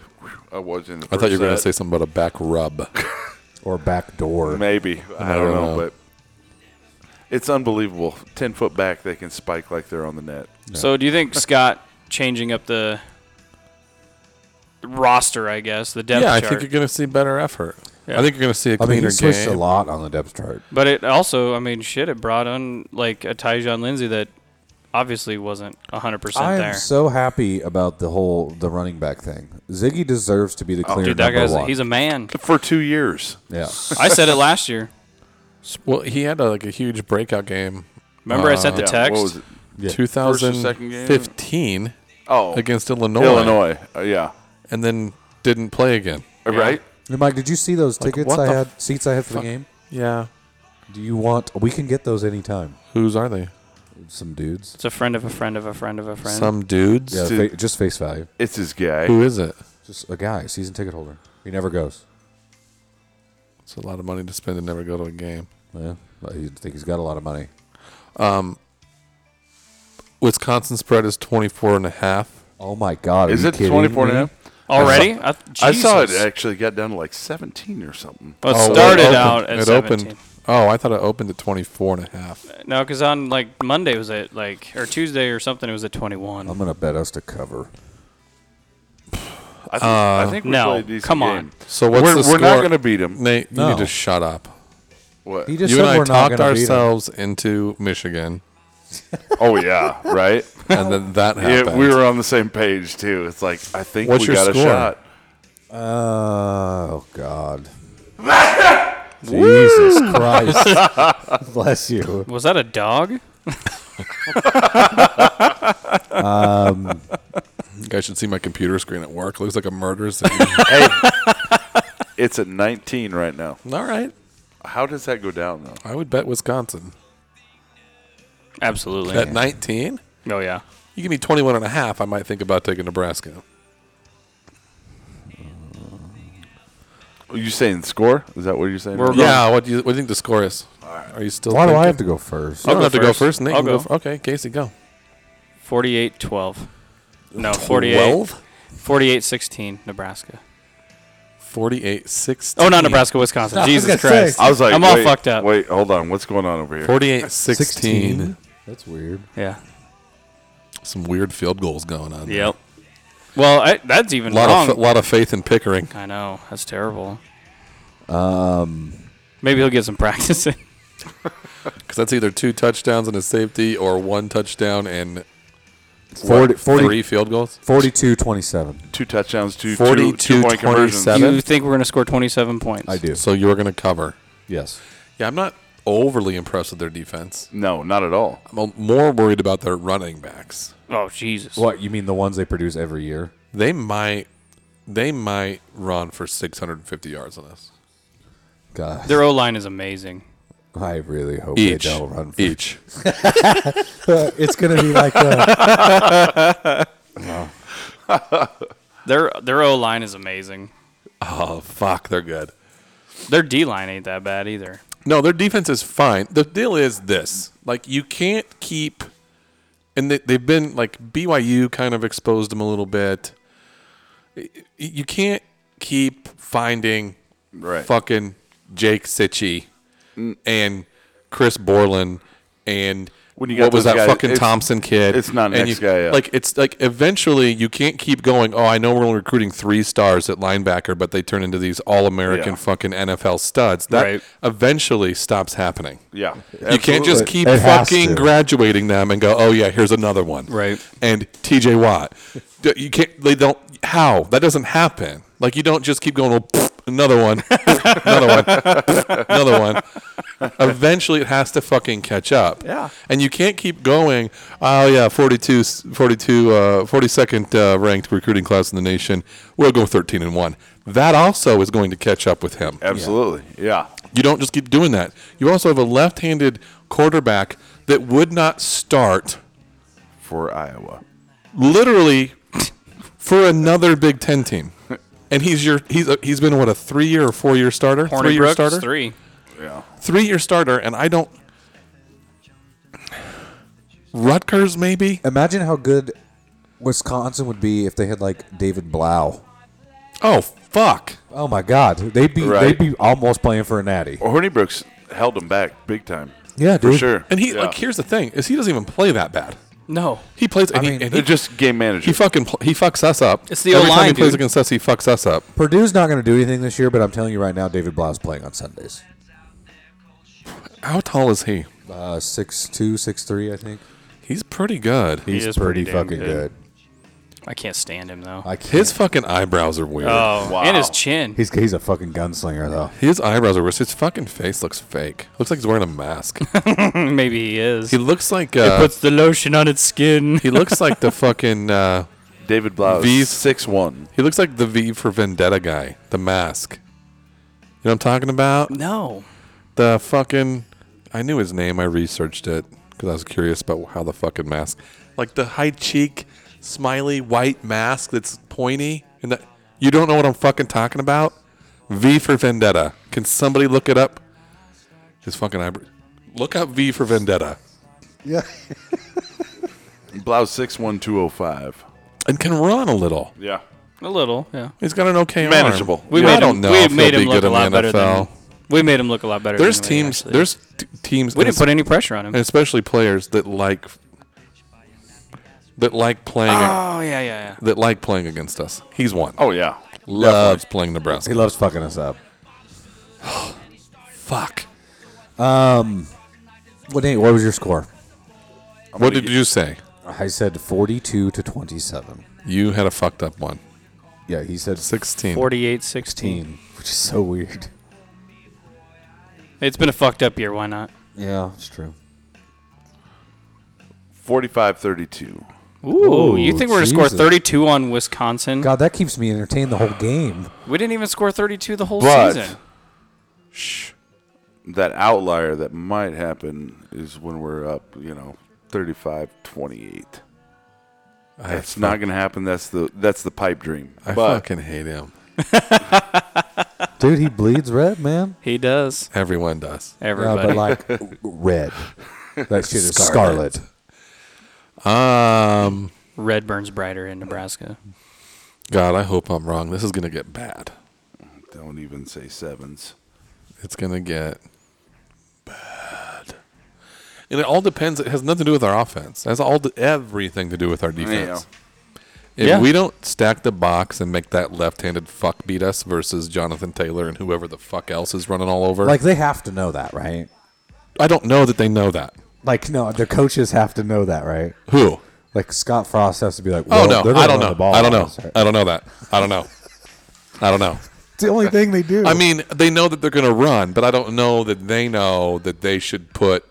I was in. The
I thought you were going to
first
say
set.
something about a back rub.
Or back door.
maybe. I, don't,
don't
know,
know.
but it's unbelievable. Ten foot back, they can spike like they're on the net.
So, do you think Scott changing up the roster, I guess, the depth
yeah, I
chart.
think you're going to see better effort.
Yeah.
I think you're going to see a
I mean,
cleaner
he switched a
game.
lot on the depth chart.
but it also, I mean, shit, it brought on like a Tyjon Lindsey that obviously wasn't 100%
I am
there.
so happy about the whole the running back thing. Ziggy deserves to be the clear
Oh, Dude, that
number
guy's
one.
he's a man.
for two years.
yeah.
I said it last year.
Well, he had a, like a huge breakout game,
Remember I sent the
Uh,
Yeah,
text?
what was it?
Yeah.
second game?
2015
Oh,
against Illinois,
Illinois. Uh, yeah.
and then didn't play again.
Right.
Hey, Mike, did you see those tickets
what
I
the
had, seats I had for the game?
Yeah.
Do you want? We can get those anytime.
Whose are they?
Some dudes.
It's a friend of a friend of a friend of a friend.
Some dudes.
Yeah,
Dude.
fa- just face value.
It's his guy.
Who is it?
Just a guy, season ticket holder. He never goes.
It's a lot of money to spend and never go to a game.
Yeah, but you think he's got a lot of money.
Wisconsin spread is 24 and a half.
Oh my God, are
Is
you
it
kidding
24 and a
me?
half?
Already? I,
I saw it
Jesus.
actually got down to like 17 or something.
Well, it
Oh,
started
opened-
out at
it
17.
opened. Oh, I thought it opened at 24 and a half.
No, because on like Monday was at like or Tuesday or something it was at 21.
I'm gonna bet us to cover.
I think, I think we
Uh, no,
played a decent
come on.
game.
So what's
we're,
the
We're not
score?
going to beat him.
Nate, you
No.
need to shut up.
What?
He just
you
said
and I
we're not
talked
gonna beat him.
ourselves into Michigan,
Oh yeah, right.
and then that happened.
yeah, we were on the same page too. It's like I think
What's
we
your
got a
score?
shot.
Oh God. Jesus Christ. Bless you.
was that a dog?
You guys should see my computer screen at work. Looks like a murder scene.
Hey, it's at 19 right now.
All right.
How does that go down though?
I would bet Wisconsin.
Absolutely.
At 19?
oh yeah.
You give me 21 and a half, I might think about taking Nebraska.
Are you saying score? Is that what you're saying?
We're-
right now?
Yeah, what do you what do you think the score is? Are you still
Why do I
thinking?
have to go first?
You don't
I'll
have
go
to go
first.
first. Nate
I'll
can go
go.
f- okay, Casey, go.
48-12. No, 48 48-16 Nebraska.
48 16.
Oh, not Nebraska, Wisconsin.
I was
Jesus
gonna
Christ.
say.
I was like,
I'm all
wait,
fucked up.
Wait, hold on. What's going on over here?
48 16.
That's weird.
Yeah.
Some weird field goals going on.
Yep. Well, I, that's even
A lot
wrong.
of, lot of faith in Pickering.
I know. That's terrible. Um
Um,
Maybe he'll get some practice in.
Because that's either two touchdowns and a safety or one touchdown and
40, 40
three field goals.
42 27.
Two touchdowns, two
42,
point
27.
conversions.
Seven?
You think we're going to score 27 points?
I do.
So you're going to cover.
Yes.
Yeah, I'm not overly impressed with their defense.
No, not at all.
I'm more worried about their running backs.
Oh, Jesus.
What, you mean the ones they produce every year?
They might they might run for 650 yards on us.
God.
Their O-line is amazing.
I really hope
Each.
they don't run for
Each.
It's going to be like uh,
Their their O line is amazing.
Oh, fuck, they're good.
Their D line ain't that bad either.
No, their defense is fine. The deal is this: like you can't keep, and they, they've been like BYU kind of exposed them a little bit. Y- y- You can't keep finding
Right.
fucking Jake Sitchy and Chris Borland and
When you
what
got
was
those
that
guys,
fucking
it's-
Thompson kid?
it's not
and
next
you-
guy up.
Like it's like eventually you can't keep going. Oh, I know we're only recruiting three stars at linebacker, but they turn into these all American
Yeah.
fucking NFL studs. That
Right.
eventually stops happening.
Yeah.
You can't just
Absolutely.
keep
It has
fucking
to.
graduating them and go, oh yeah, here's another one.
Right.
And T.J. Watt, D- you can't. They don't. How that doesn't happen. Like you don't just keep going. Well, pfft, another one, another one, pfft, another one. Eventually, it has to fucking catch up.
Yeah.
And you can't keep going. Oh yeah, 42, 42, uh, 42nd uh, ranked recruiting class in the nation. We'll go thirteen and one. That also is going to catch up with him.
Absolutely. Yeah.
You don't just keep doing that. You also have a left-handed quarterback that would not start
For Iowa.
literally for another Big Ten team, and he's your he's a, he's been what a three-year or four-year starter,
Horny
three-year
Brooks,
starter,
three.
Yeah.
three-year starter, and I don't. Rutgers, maybe.
Imagine how good Wisconsin would be if they had, like, David Blau.
Oh fuck!
Oh, my God. They'd be,
Right.
they'd be almost playing for a natty.
Well, Hornibrook's held him back big time.
Yeah,
For
dude.
sure.
And he
Yeah.
like here's the thing is he doesn't even play that bad.
No,
He plays. And
I
he,
mean,
and
They're
he,
Uh, just game
he
manager.
fucking pl- he fucks us up.
It's the
Every time
O-line,
he plays
dude.
against us, he fucks us up.
Purdue's not going to do anything this year, but I'm telling you right now, David Blau's playing on Sundays.
How tall is he?
Uh, six two, six three, I think.
He's pretty good.
He's
is
pretty,
pretty damn
fucking good.
good. I can't stand him though.
I can't.
His fucking eyebrows are weird.
oh,
Wow.
and his chin.
he's he's a fucking gunslinger though.
His eyebrows are weird. His fucking face looks fake. Looks like he's wearing a mask.
Maybe he is.
he looks like uh,
the lotion on its skin.
he looks like the fucking uh,
David Blau.
V's-
V's six one.
he looks like the V for Vendetta guy. The mask. You know what I'm talking about?
no.
The fucking. I knew his name. I researched it because I was curious about how the fucking mask. Like the high cheek, smiley white mask that's pointy. And that you don't know what I'm fucking talking about. V for Vendetta. Can somebody look it up? His fucking eyebrow. Look up V for Vendetta.
Blau six one two oh five.
And can run a little.
Yeah.
A little, yeah.
He's got an okay arm.
Manageable.
We
Yeah,
made
I don't
him,
know
We
if he'll
made
be
him look
good
a
in the
lot better than.
NFL.
We made him look a lot better.
There's
than he
teams.
actually-
There's t- teams.
We
and
didn't put any pressure on him.
and especially players that like that like playing
Oh yeah, yeah, yeah.
that like playing against us. He's one.
Oh yeah.
loves playing
He
Nebraska.
loves fucking us up.
Fuck.
What Nate, what was your score?
What did you say?
I said forty-two to twenty-seven.
You had a fucked up one.
Yeah, he said
16.
48 16.
sixteen, which is so weird.
It's been a fucked up year. Why not?
Yeah, it's true.
Forty five thirty two.
Ooh, you think we're going to score
Jesus.
32 on Wisconsin?
God, that keeps me entertained the whole game.
We didn't even score 32 the whole
But-
season.
That outlier that might happen is when we're up, you know, 35 28.
I,
That's not going to happen. That's the that's the pipe dream.
I
but
fucking hate him.
Dude, he bleeds red, man.
He does.
Everyone does.
Yeah,
Everybody.
but like red. That shit is scarlet.
Um,
Red burns brighter in Nebraska.
God, I hope I'm wrong. This is going to get bad.
don't even say sevens.
It's going to get bad. And it all depends. It has nothing to do with our offense. It has all everything to do with our defense. If
Yeah.
we don't stack the box and make that left-handed fuck beat us versus Jonathan Taylor and whoever the fuck else is running all over,
Like they have to know that, right?
I don't know that they know that.
Like no, the coaches have to know that, right?
Who?
Like Scott Frost has to be like,
Oh
well, they're
no,
gonna
I don't
run
know.
The ball
I don't know. Uh,
on us, right?
I don't know that. I don't know. I don't know.
It's the only thing they do.
I mean, they know that they're going to run, but I don't know that they know that they should put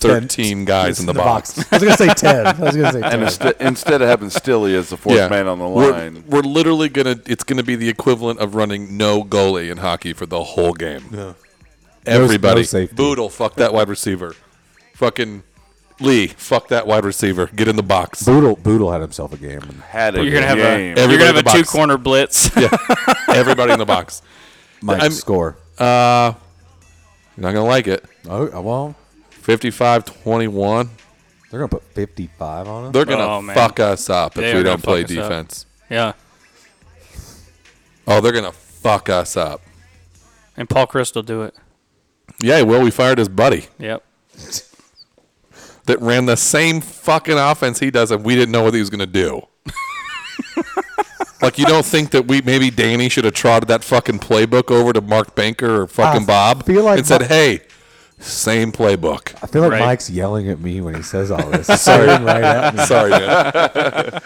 Ten-
thirteen guys in the, box.
I was gonna say ten. I was gonna say ten.
Instead, instead of having Stilly as the fourth man on the
We're-
line,
We're, literally gonna. It's gonna be the equivalent of running no goalie in hockey for the whole game. Everybody,
no safety.
Boodle, fuck that wide receiver. Fucking Lee, fuck that wide receiver. Get in the box.
Boodle Boodle had himself a game.
had a
You're going to have
game.
a, you're
Everybody
gonna
in
have a
the box.
two corner blitz.
Yeah, everybody in the box.
Mike
I'm-
score.
You're not gonna like it.
Oh well,
55-21.
they're gonna put fifty-five on us.
They're gonna
Oh, man.
fuck us up if
They
we
are gonna
don't play
fuck us up.
defense.
yeah.
Oh, they're gonna fuck us up.
And Paul Chris will do it.
Yeah, well, we fired his buddy
Yep.
that ran the same fucking offense he does, and we didn't know what he was gonna do. like, you don't think that we maybe Danny should have trotted that fucking playbook over to Mark Banker or fucking
I
Bob
feel like
and said,
my-
"Hey, same playbook."
I feel like
Right.
Mike's yelling at me when he says all this. Sorry, right at me.
Sorry, dude.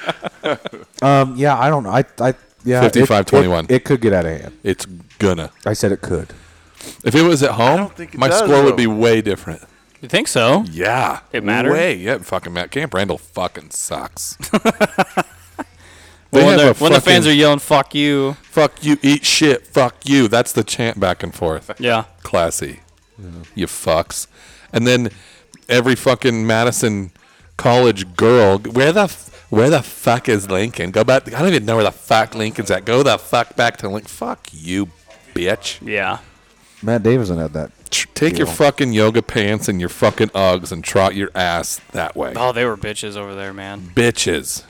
Um, yeah, I don't know. I, I, yeah, it-
55-21.
It, it could get out of hand.
it's gonna.
I said it could.
If it was at home,
don't think it
my
does,
score would
though.
be way different.
You think so?
Yeah,
It matter?
Way, yeah, fucking Matt Camp Randall fucking sucks. They
Well, when,
have
they're-
a
when the fans are
fucking-
yelling, fuck you.
Fuck you, eat shit, fuck you. That's the chant back and forth.
Yeah.
Classy. You fucks. And then every fucking Madison college girl, where the f- where the fuck is Lincoln? Go back. I don't even know where the fuck Lincoln's at. Go the fuck back to Lincoln. Fuck you, bitch.
Yeah.
Matt Davison had that.
Tr- Take your fucking yoga pants and your fucking Uggs and trot your ass that way.
Oh, they were bitches over there, man.
Bitches.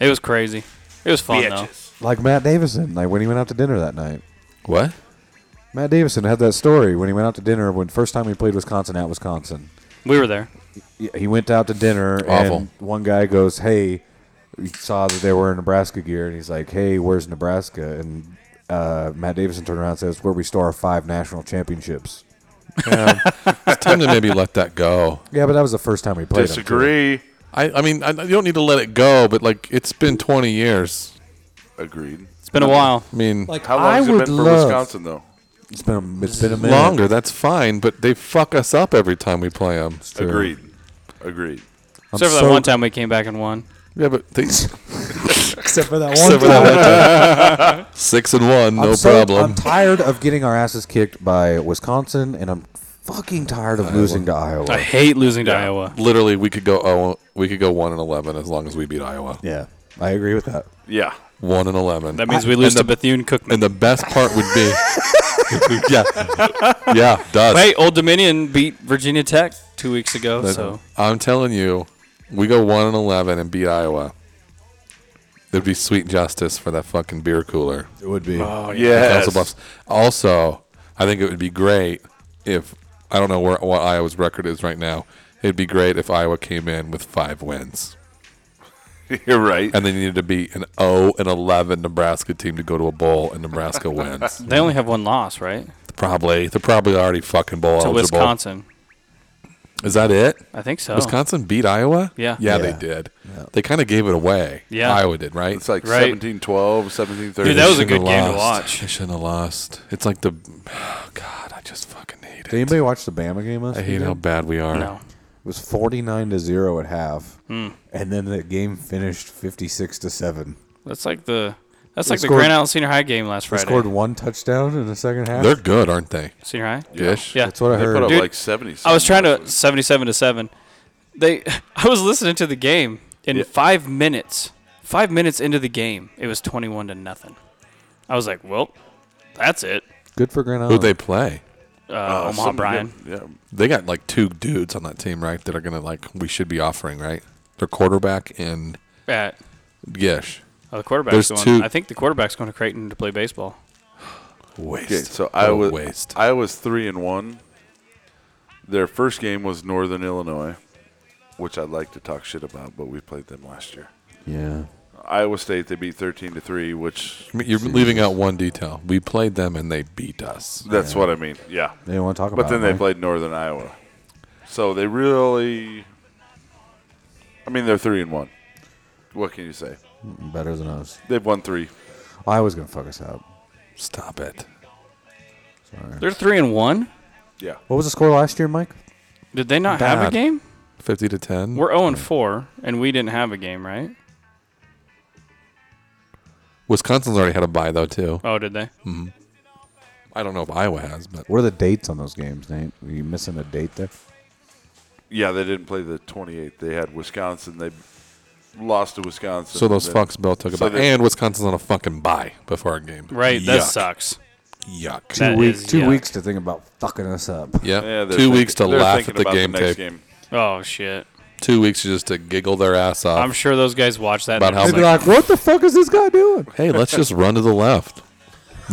It was crazy. It was fun, though.
Like Matt Davison, like when he went out to dinner that night.
What?
Matt Davison had that story when he went out to dinner when first time he played Wisconsin at Wisconsin.
We were there.
he went out to dinner
Awful.
and one guy goes, "Hey, he saw that they were in Nebraska gear," and he's like, "Hey, where's Nebraska?" And uh, Matt Davison turned around and says, "Where we store our five national championships."
It's time to maybe let that go.
Yeah, but that was the first time we played. 'em, too.
Disagree.
I, I mean, I, you don't need to let it go, but like it's been 20 years.
Agreed.
It's been a while.
I mean,
Like
How
I
long has it
would
been for
love-
Wisconsin though?
It's been a, it's been a minute.
longer. That's fine, but they fuck us up every time we play them.
True.
Agreed. Agreed.
I'm
Except for
so-
that one time we came back and won.
Yeah, but they,
Except for that
Except for that one time. Six and one,
I'm
no
so-
problem.
I'm tired of getting our asses kicked by Wisconsin, and I'm fucking tired of losing to
I
Iowa.
hate losing to Iowa.
Literally, we could go oh, we could go one and eleven as long as we beat Iowa.
Yeah, I agree with that.
Yeah.
One and eleven.
That means we lose to Bethune Cookman.
and the best part would be, yeah, yeah, it does.
Hey, Old Dominion beat Virginia Tech two weeks ago.
But
so
I'm telling you, we go one and eleven and beat Iowa. There'd be sweet justice for that fucking beer cooler.
It would be.
Oh
at
yeah.
Council Bluffs. Also, I think it would be great if I don't know where what Iowa's record is right now. It'd be great if Iowa came in with five wins
You're right.
and they needed to beat an 0 and 11 Nebraska team to go to a bowl and Nebraska wins.
they only have one loss, right?
Probably they're probably already fucking bowl
To
eligible.
Wisconsin.
Is that it?
I think so.
Wisconsin beat Iowa?
Yeah.
Yeah,
Yeah.
they did. They kind of gave it away.
Yeah.
Iowa did, right?
It's like
Right.
1712, 1730.
Dude, that was
They
a
shouldn't
good
have
game to
lost.
watch.
They shouldn't have lost. It's like the oh, God, I just fucking hate
Did
it.
anybody watch the Bama game last
I hate
weekend?
how bad we are.
no.
It was 49 to 0 at half. And then the game finished 56 to 7.
That's like the that's
They
like the
scored-
Grand Island Senior High game last
They
Friday.
scored one touchdown in the second half.
They're good, aren't they?
Senior High.
Dish.
Yeah.
That's what I
They put
heard.
up
Dude,
like 70.
I was trying to seventy-seven to seven. They, I was listening to the game in
Yeah.
five minutes. Five minutes into the game, it was twenty-one to nothing. I was like, "Well, that's it."
Good for Grand
Who
Island.
they play?
Uh,
Uh,
Omaha
something
Bryan.
good. Yeah.
They got like two dudes on that team, right? That are gonna like we should be offering, right? Their quarterback and
Yeah.
Gish.
Oh, the quarterback's
There's
going.
two-
I think the quarterback's going to Creighton to play baseball.
Waste.
Okay, so
What
I
a
was
waste.
I was three and one. Their first game was Northern Illinois, which I'd like to talk shit about, but we played them last year.
yeah.
Iowa State they beat thirteen to three, which
I mean, You're leaving out one detail. We played them and they beat us.
that's what I mean. Yeah,
They didn't want to talk about
but then
it,
they
right?
played Northern Iowa, so they really. I mean, they're three and one. What can you say?
better than us.
They've won three.
I was going to fuck us up.
Stop it.
They're three and one.
Yeah,
What was the score last year, Mike?
Did they not have a
Bad.
game?
Fifty to ten.
We're zero and four, and we didn't have a game, right?
Wisconsin's already had a bye though too.
Oh, did they?
I don't know if Iowa has, but
What are the dates on those games, Nate? Are you missing a date there?
yeah. They didn't play the twenty eighth. They had Wisconsin. They lost to Wisconsin.
so those
Then-
fucks Bill took
so
about
they-
and Wisconsin's on a fucking bye before our game.
Right. That
Yuck.
sucks.
Yuck.
Two,
That
weeks.
is-
two
yeah.
weeks to think about fucking us up.
Yeah.
Yeah, they're
Two
thinking-
weeks to
they're
laugh
thinking
at the
about
game
next
tape.
game.
Oh shit.
Two weeks just to giggle their ass off.
I'm sure those guys watch that. and
About
they're
how
just
many-
like,
like, what the fuck is this guy doing?
hey, let's just run to the left.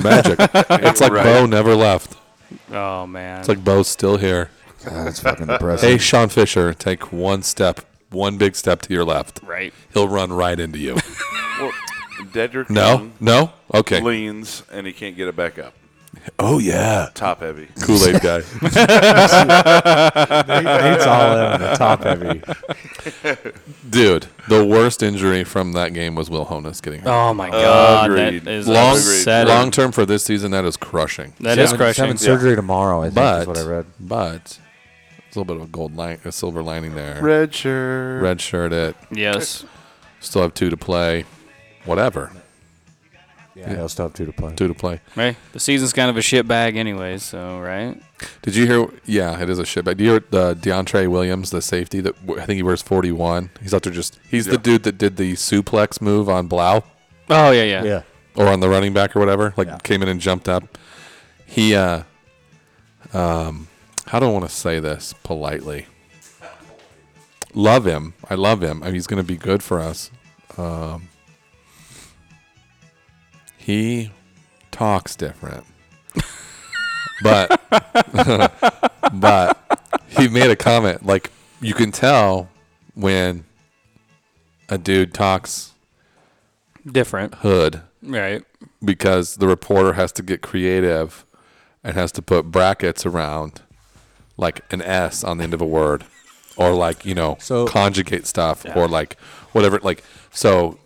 Magic. it's like
Right.
Bo never left.
oh man.
It's like Bo's still here.
God, Ah, that's fucking depressing.
Hey, Sean Fisher, take one step, one big step to your left.
right.
He'll run right into you.
Well, Dedrick
No?
Young
No? Okay.
leans and he can't get it back up.
Oh, yeah.
Top heavy.
Kool Aid guy.
Nate's all in on the top heavy.
Dude, the worst injury from that game was Will Honus getting hurt.
Oh my god.
Agreed.
That is
long,
upsetting.
long term for this season, that is crushing.
That
He's having-
is
he's
crushing.
having surgery tomorrow, I think,
But,
is what I read.
but, it's a little bit of a gold line, a silver lining there.
Red shirt.
Red shirt it.
Yes.
Still have two to play. Whatever.
Yeah, he'll still have two to play.
Two to play.
Right. The season's kind of a shit bag anyway, so right.
Did you hear? Yeah, it is a shit bag. Do you hear the DeAndre Williams, the safety that I think he wears forty one? He's out there just. He's the
Yeah.
dude that did the suplex move on Blau
Oh yeah, yeah.
or on the running back or whatever. Like
Yeah.
came in and jumped up. He, uh, um, how do I want to say this politely? Love him. I love him. I mean, he's going to be good for us. Um, he talks different, but but he made a comment like you can tell when a dude talks
Different,
hood
right?
because the reporter has to get creative and has to put brackets around like an S on the end of a word or like, you know,
So-
conjugate stuff or like whatever. Like, so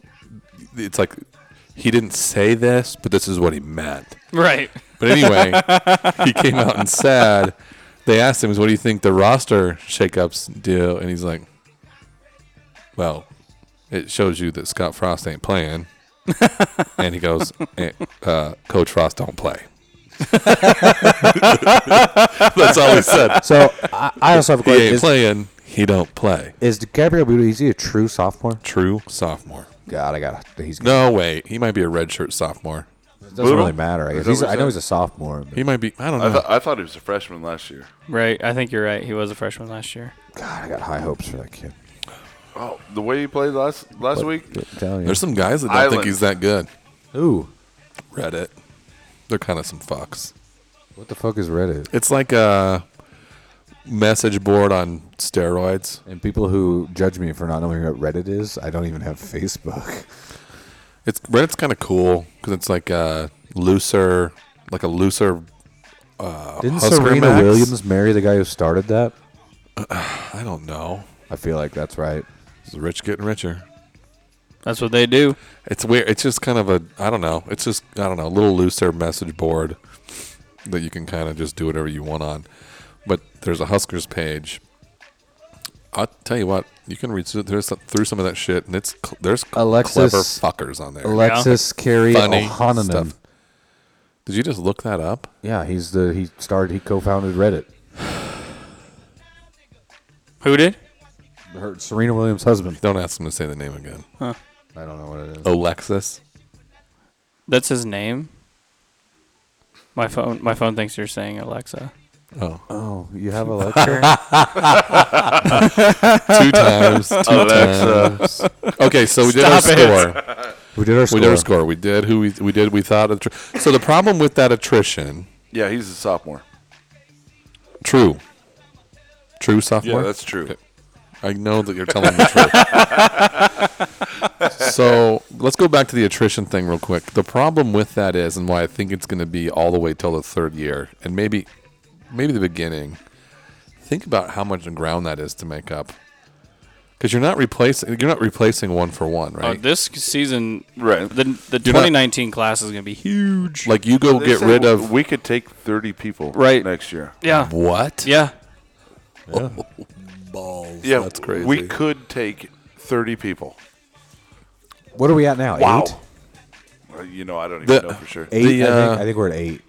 it's like he didn't say this, but this is what he meant.
Right.
But anyway, he came out and said, they asked him, what do you think the roster shakeups do? And he's like, well, it shows you that Scott Frost ain't playing. and he goes, "Eh, uh, Coach Frost don't play. That's all he said.
So I, I also have a
He
question:
ain't
is,
playing. He don't play.
is Gabriel Budo is he a true sophomore?
True sophomore.
God, I got he's no,
No, wait. He might be a redshirt sophomore.
doesn't
Budo?
really matter. I, guess.
that
He's,
what
I
you
know
said?
he's a sophomore. but-
He might be. I don't know.
I, th- I thought he was a freshman last year.
Right. I think you're right. He was a freshman last year.
God, I got high hopes for that kid.
Oh, the way he played last last week.
Tell you.
There's some guys that don't think
Island.
he's that good.
Ooh,
Reddit. They're kind of some fucks.
what the fuck is Reddit?
It's like a message board on steroids.
And people who judge me for not knowing what Reddit is, I don't even have Facebook.
It's Reddit's kind of cool because it's like a looser, like a looser.
Didn't
Husker
Serena
Max?
Williams marry the guy who started that?
I don't know.
I feel like that's right.
It's the rich getting richer.
That's what they do.
It's weird. It's just kind of a. I don't know. It's just I don't know. A little looser message board that you can kind of just do whatever you want on. But there's a Huskers page. I'll tell you what. You can read through, there's, through some of that shit, and it's cl- there's cl-
Alexis-
clever fuckers on there.
Alexis Carey
Funny
Ohananen.
stuff. Did you just look that up?
Yeah, he's the he started he co-founded Reddit.
Who did?
Her, Serena Williams' husband.
Don't ask him to say the name again.
I don't know what it is.
Alexis.
That's his name. My phone. My phone thinks you're saying Alexa.
Oh,
Oh, you have Alexa.
two times. Two
Oh, uh,
Alexa.
times. Okay, so we did our score.
we did our
We did our score. We did who we, we did. We thought. Attri- so the problem with that attrition.
Yeah, he's a sophomore.
True. True
Yeah,
sophomore.
that's true.
I know that you're telling the truth. so let's go back to the attrition thing real quick. The problem with that is, and why I think it's going to be all the way till the third year, and maybe, maybe the beginning. Think about how much ground that is to make up, because you're not replacing you're not replacing one for one,
Uh,
right?
this season,
Right.
the the
You're not-
2019 class is gonna be huge.
like you go
They
get
said
rid
w-
of
We could take thirty people
Right.
next year.
yeah,
what?
yeah.
balls.
Yeah,
that's crazy.
We could take thirty people.
What are we at now?
Wow.
Eight.
Uh, You know, I don't even
The-
know for sure.
Eight.
The,
I,
uh,
think, I think we're at eight.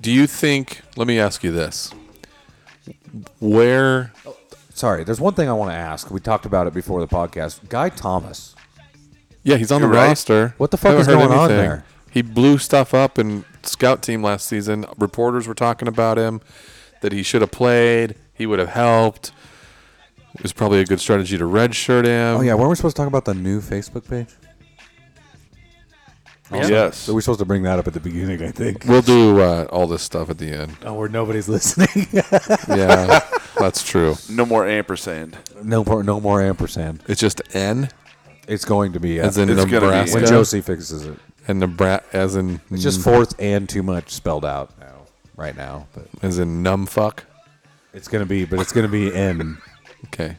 Do you think? Let me ask you this: Where
Sorry, there's one thing I want to ask. We talked about it before the podcast. Guy Thomas.
Yeah, he's on
You're
the
right.
roster.
What the fuck
Haven't
is
heard
going on there?
He blew stuff up in scout team last season. Reporters were talking about him that he should have played. He would have helped. It was probably a good strategy to redshirt him.
Oh yeah, weren't we supposed to talk about the new Facebook page?
Yeah.
Yes.
So we're supposed to bring that up at the beginning, I think.
We'll do uh, all this stuff at the end.
Oh, where nobody's listening.
Yeah, that's true.
No more ampersand.
no more, no more ampersand.
It's just N
It's going to be uh,
as in
It's gonna be
Nebraska
when Josie fixes it.
and Nebraska as in
It's just fourth and too much spelled out now, right now. But
as in numbfuck.
it's gonna be, but it's gonna be in
Okay.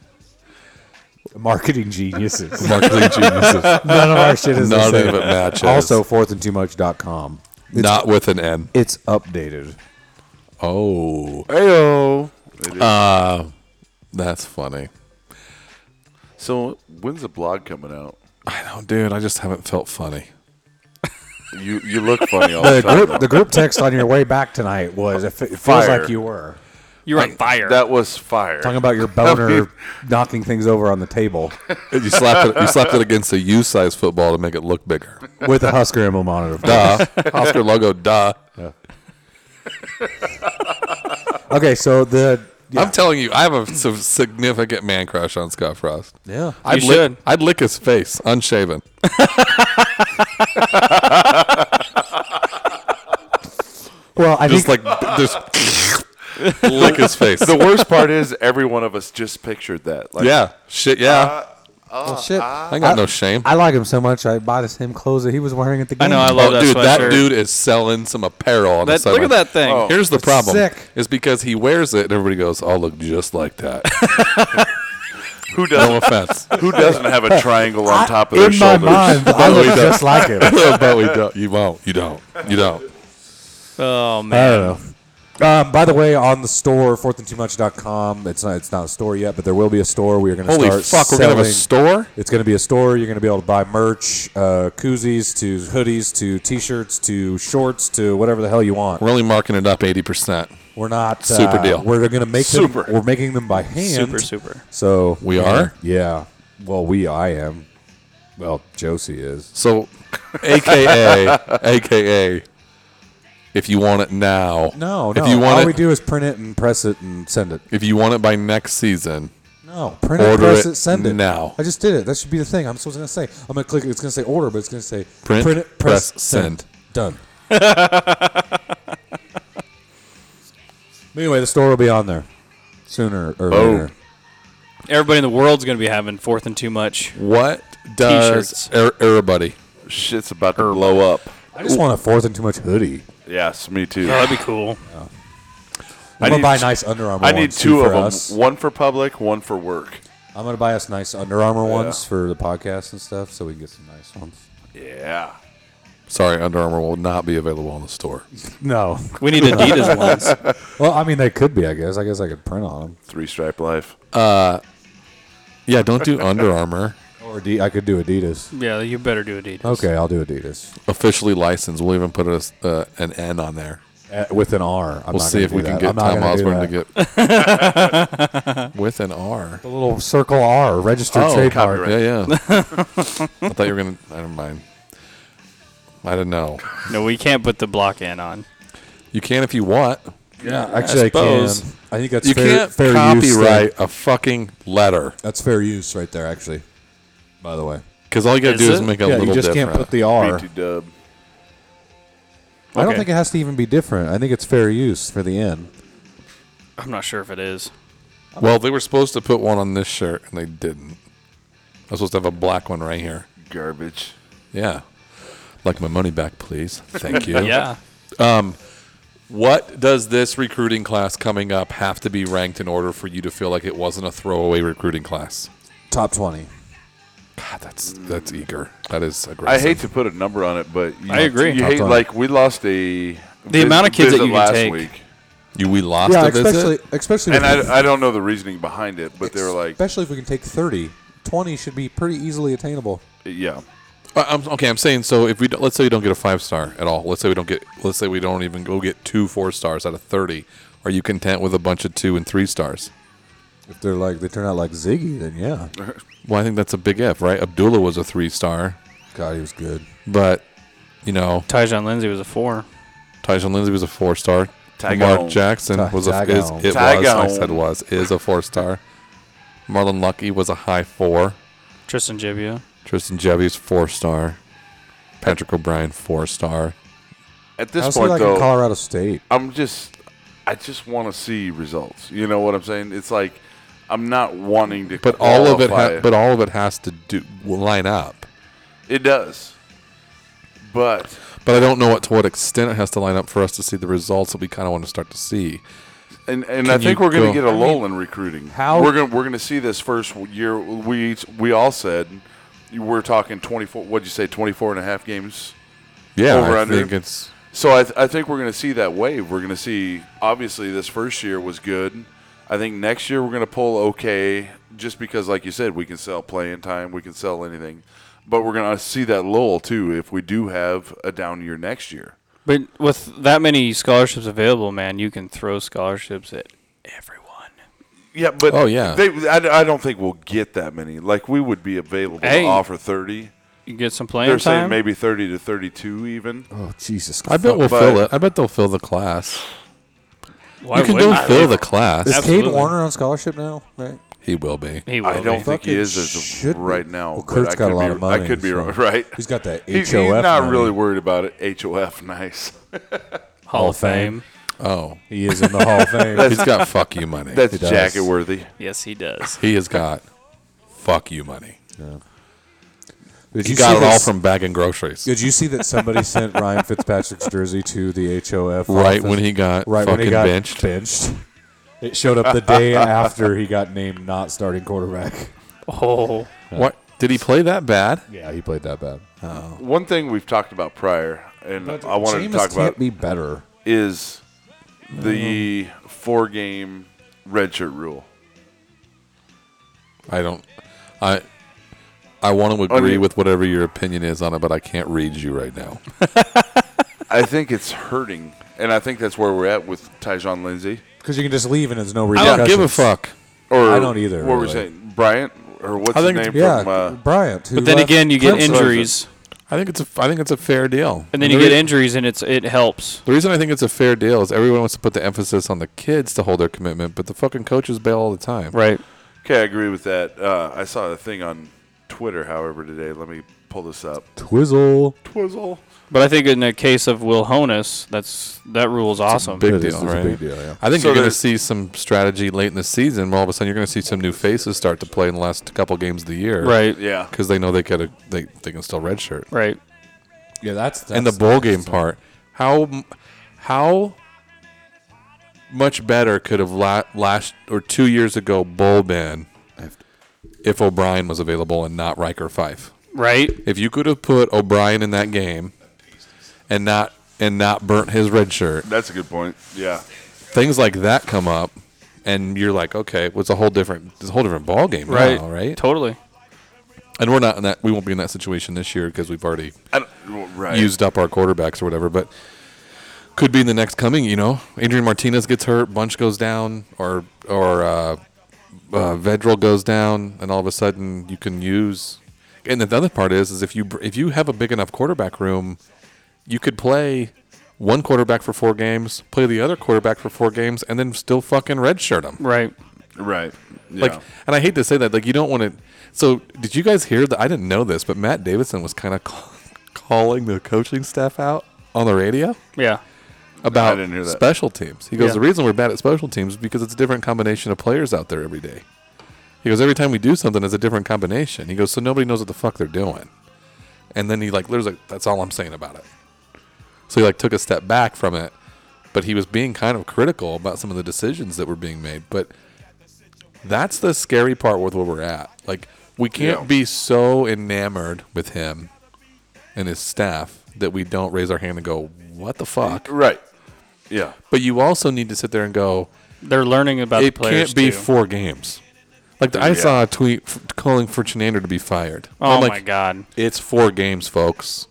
marketing geniuses.
Marketing geniuses.
None of our shit is the
None of
same.
it matches.
Also, fourth and too much.com.
not with an N.
It's updated.
Oh, Uh,
Ayo.
that's funny.
So when's the blog coming out?
I know, dude. I just haven't felt funny.
You you look funny all
The
Oh,
the time.
group, the group text on your way back tonight was if it feels
Fire.
like you were
You're on fire.
That was fire.
talking about your boner knocking things over on the table
You slapped it. You slapped it against a U-sized football to make it look bigger.
with a Husker emblem on it. of course.
Duh. Oscar logo. Duh.
Okay, so the yeah,
I'm telling you, I have a s- significant man crush on Scott Frost.
yeah.
I'd
You
lick,
should.
I'd lick his face, unshaven.
Well, I
Just
think
like just lick his face.
The worst part is every one of us just pictured that. Like,
yeah, shit. Yeah,
Well, shit.
I got no shame.
I like him so much. I bought the same clothes that he was wearing at the game.
I know, I
Oh,
love that
dude, that
sweatshirt.
dude is selling some apparel on the
That, look
sideline.
at that thing.
Oh.
Here's the
That's
problem:
sick.
is because he wears it, and everybody goes, "I'll look just like that."
Who
No
doesn't?
offense,
who doesn't have a triangle on top of their
In my
shoulders?
mind, I look just like him. I
but we don't. You won't. You don't. You don't.
Oh man,
don't know. Um, by the way, on the store, fourthandtoomuch.com, it's not it's not a store yet, but there will be a store. We are going to
Holy
start
fuck! We're gonna have a
selling-
store.
It's going to be a store. You're going to be able to buy merch, uh, koozies to hoodies to t-shirts to shorts to whatever the hell you want.
We're only marking it up eighty percent.
We're not uh,
Super deal.
We're going to make
Super.
Them, we're making them by hand.
super super.
So
We
yeah,
are?
Yeah. Well, we I am. Well, Josie is.
So, AKA, AKA, if you want it now,
No, no.
If you want
all
it,
we do is print it and press it and send it.
if you want it by next season,
No, print it,
Order
press
it
it, send it.
now.
I just did it. That should be the thing. I'm supposed to say. I'm gonna click. it. It's gonna say order, but it's gonna say
Print,
print it, press,
press,
send.
send.
Done. anyway, the store will be on there sooner or
Boom.
later.
Everybody in the world's gonna be having fourth and too much.
what does
T-shirts.
er- everybody?
Shit's about to blow up.
I just want a fourth and too much hoodie.
Yes, me too.
Oh, that'd be cool.
need
I'm gonna buy
t-
nice Under Armour.
I need
ones,
two
for
of them.
us.
One for public, one for work.
I'm gonna buy us nice Under Armour ones for the podcast and stuff, so we can get some nice ones.
Yeah.
Sorry, Under Armour will not be available in the store.
No.
We need Adidas ones.
Well, I mean, they could be. I guess. I guess I could print on them,
Three stripe life.
Yeah, don't do Under Armour.
or Adi- I could do Adidas.
Yeah, you better do Adidas.
Okay, I'll do Adidas
Officially licensed. We'll even put a, uh, an N on there.
Uh, with an R.
We'll
I'm not
see
gonna
if
do
we can
that.
get
I'm not
Tom
gonna do
Osborne
that.
to get with an R.
the little circle R registered
Oh,
trademark.
copyright.
Yeah, yeah. I thought you were gonna. I don't mind. I don't know.
No, we can't put the block in on.
You can if you want.
Yeah, actually, I, can.
suppose.
I think that's
You
fair,
can't
fair use. there.
copyright a fucking letter
That's fair use right there. Actually, by the way,
because all you gotta
Is
do is
it?
make a
yeah,
little
you just
different.
can't put the R.
BT dub.
I don't
Okay.
think it has to even be different. I think it's fair use for the N.
I'm not sure if it is.
well, they were supposed to put one on this shirt and they didn't. I was supposed to have a black one right here.
Garbage.
Yeah, like my money back, please. Thank you.
Yeah.
What does this recruiting class coming up have to be ranked in order for you to feel like it wasn't a throwaway recruiting class?
Top twenty.
God, that's that's eager. That is
I
aggressive.
hate to put a number on it, but you
I agree.
You
Top
hate
on it.
like we lost a the
amount of kids that you can
last
take.
week,
you. We lost
Yeah,
a visit.
especially especially
and
with-
I, I don't know the reasoning behind it, but they were like,
especially if we can take 30 20 should be pretty easily attainable
yeah,
Uh, I'm, okay, I'm saying so. If we don't, let's say we don't get a five star at all, let's say we don't get, let's say we don't even go get two four stars out of thirty. Are you content with a bunch of two and three stars?
if they're like they turn out like ziggy then yeah
Well, I think that's a big if, right? Abdullah was a three star,
god he was good
but you know,
Tyjon Lindsey was a four.
Tyson Lindsay was a four star.
Tag on.
Mark Jackson
Ta-
was a
tag
is,
on.
it was
Tag
I
on.
said was is a four star. Marlon Lucky was a high four.
Tristan Jibbia.
Tristan Jevy's four star. Patrick O'Brien four star.
At
I
this
also
point,
like
though,
in colorado state
I'm just, I just want to see results. You know what I'm saying? It's like I'm not wanting to,
But all of it, ha-
qualify.
but all of it has to do line up.
it does. But
But I don't know what to what extent it has to line up for us to see the results that we kind of want to start to see.
and and I
Can
think
you
we're going
go-
to get a lull in recruiting.
how-
we're going we're going to see this first year. We we all said we're talking 24. What'd you say? 24 and a half games.
Yeah,
Over
I
under.
think it's
So I, th- I think we're going to see that wave. We're going to see, obviously, this first year was good. I think next year we're going to pull okay, just because, like you said, we can sell playing time, we can sell anything. But we're going to see that lull, too, if we do have a down year next year.
But with that many scholarships available, man, you can throw scholarships at everyone.
Yeah, but
Oh, yeah.
they, I, I don't think we'll get that many. Like, we would be available
Hey.
to offer 30.
You get some playing
They're
time.
saying maybe 30 to 32 even.
oh jesus
I bet we'll
but-
fill it. I bet they'll fill the class.
Why
you can
wouldn't
go
I?
fill the class.
is
absolutely.
Cade Warner on scholarship now right
He will be.
He will
I don't
be.
think he
Fucking
is as
should
of
be.
right now.
Well,
but I
Kurt's got a
could
lot
be-
of money,
I could be
so-
wrong, right?
he's got that
He-
HOF
he's not
money.
really worried about it. HOF, nice.
Hall
Hall
of
of Fame.
Fame.
Oh,
He is in the Hall of Fame.
he's got fuck you money.
That's
He does.
jacket worthy.
Yes, he does.
he has got fuck you money.
Did
He got
see
it all
this-
from bagging groceries.
Did you see that somebody sent Ryan Fitzpatrick's jersey to the HOF
Right
office?
when he got
right when
fucking
he got
benched.
benched? It showed up the day after he got named not starting quarterback.
Oh,
What did he play that bad?
Yeah, he played that bad.
One thing we've talked about prior, and I wanted
Jameis
to talk
can't
about,
be better.
is the four game redshirt rule.
I don't. I I want to agree
you-
with whatever your opinion is on it, but I can't read you right now.
I think it's hurting, and I think that's where we're at with Tyjon Lindsey.
Because you can just leave and there's no
I
repercussions.
don't give a fuck.
Or
I don't either,
What were we
really.
saying, Bryant, or what's
I
his
think
name
it's-
Yeah,
from? Uh,
Bryant. who
but then
left
again, you get
Clemson.
injuries,
I think it's a. I think it's a fair deal.
and then you
the
get
re-
injuries, and it's it helps.
The reason I think it's a fair deal is everyone wants to put the emphasis on the kids to hold their commitment, but the fucking coaches bail all the time.
Right.
okay, I agree with that. Uh, I saw a thing on Twitter, however, today. Let me pull this up.
Twizzle.
Twizzle.
But I think in the case of Will Honus, that's that rule is awesome.
Big
It is,
deal,
it's a
right?
big deal, yeah.
I think
So
you're going to
there's-
see some strategy late in the season. Where all of a sudden you're going to see some new faces start to play in the last couple games of the year,
right.
Yeah.
Because they know they got a they, they can still redshirt.
Right.
Yeah, that's, that's
and the bowl game part. How m- how much better could have la- last or two years ago bowl been if O'Brien was available and not Riker Fife?
Right.
If you could have put O'Brien in that game and not and not burnt his red shirt,
That's a good point. Yeah.
things like that come up, and you're like, okay, well, it's a whole different it's a whole different ball game
Right.
now, right?
Totally.
And we're not in that we won't be in that situation this year because we've already
I don't, right.
used up our quarterbacks or whatever, but could be in the next coming. You know, Adrian Martinez gets hurt, Bunch goes down, or or uh, uh, Vedral goes down, and all of a sudden you can use. And the other part is, is if you br- if you have a big enough quarterback room, you could play one quarterback for four games, play the other quarterback for four games, and then still fucking redshirt them.
Right.
right. Yeah.
Like, and I hate to say that, like, you don't want to. So, did you guys hear that? I didn't know this, but Matt Davidson was kind of call, calling the coaching staff out on the radio
Yeah.
about
didn't hear that.
special teams. He goes,
Yeah.
"The reason we're bad at special teams is because it's a different combination of players out there every day." He goes, "Every time we do something, it's a different combination." He goes, "So nobody knows what the fuck they're doing." And then he like, "There's like, that's all I'm saying about it." So he like took a step back from it, but he was being kind of critical about some of the decisions that were being made. But that's the scary part with where we're at. Like we can't
Yeah.
be so enamored with him and his staff that we don't raise our hand and go, "What the fuck?"
right. Yeah.
But you also need to sit there and go,
They're learning about
it
the players
can't be
too.
four games. Like I
Yeah.
saw a tweet f- calling for Chenander to be fired.
oh
I'm like,
my god.
It's four games, folks.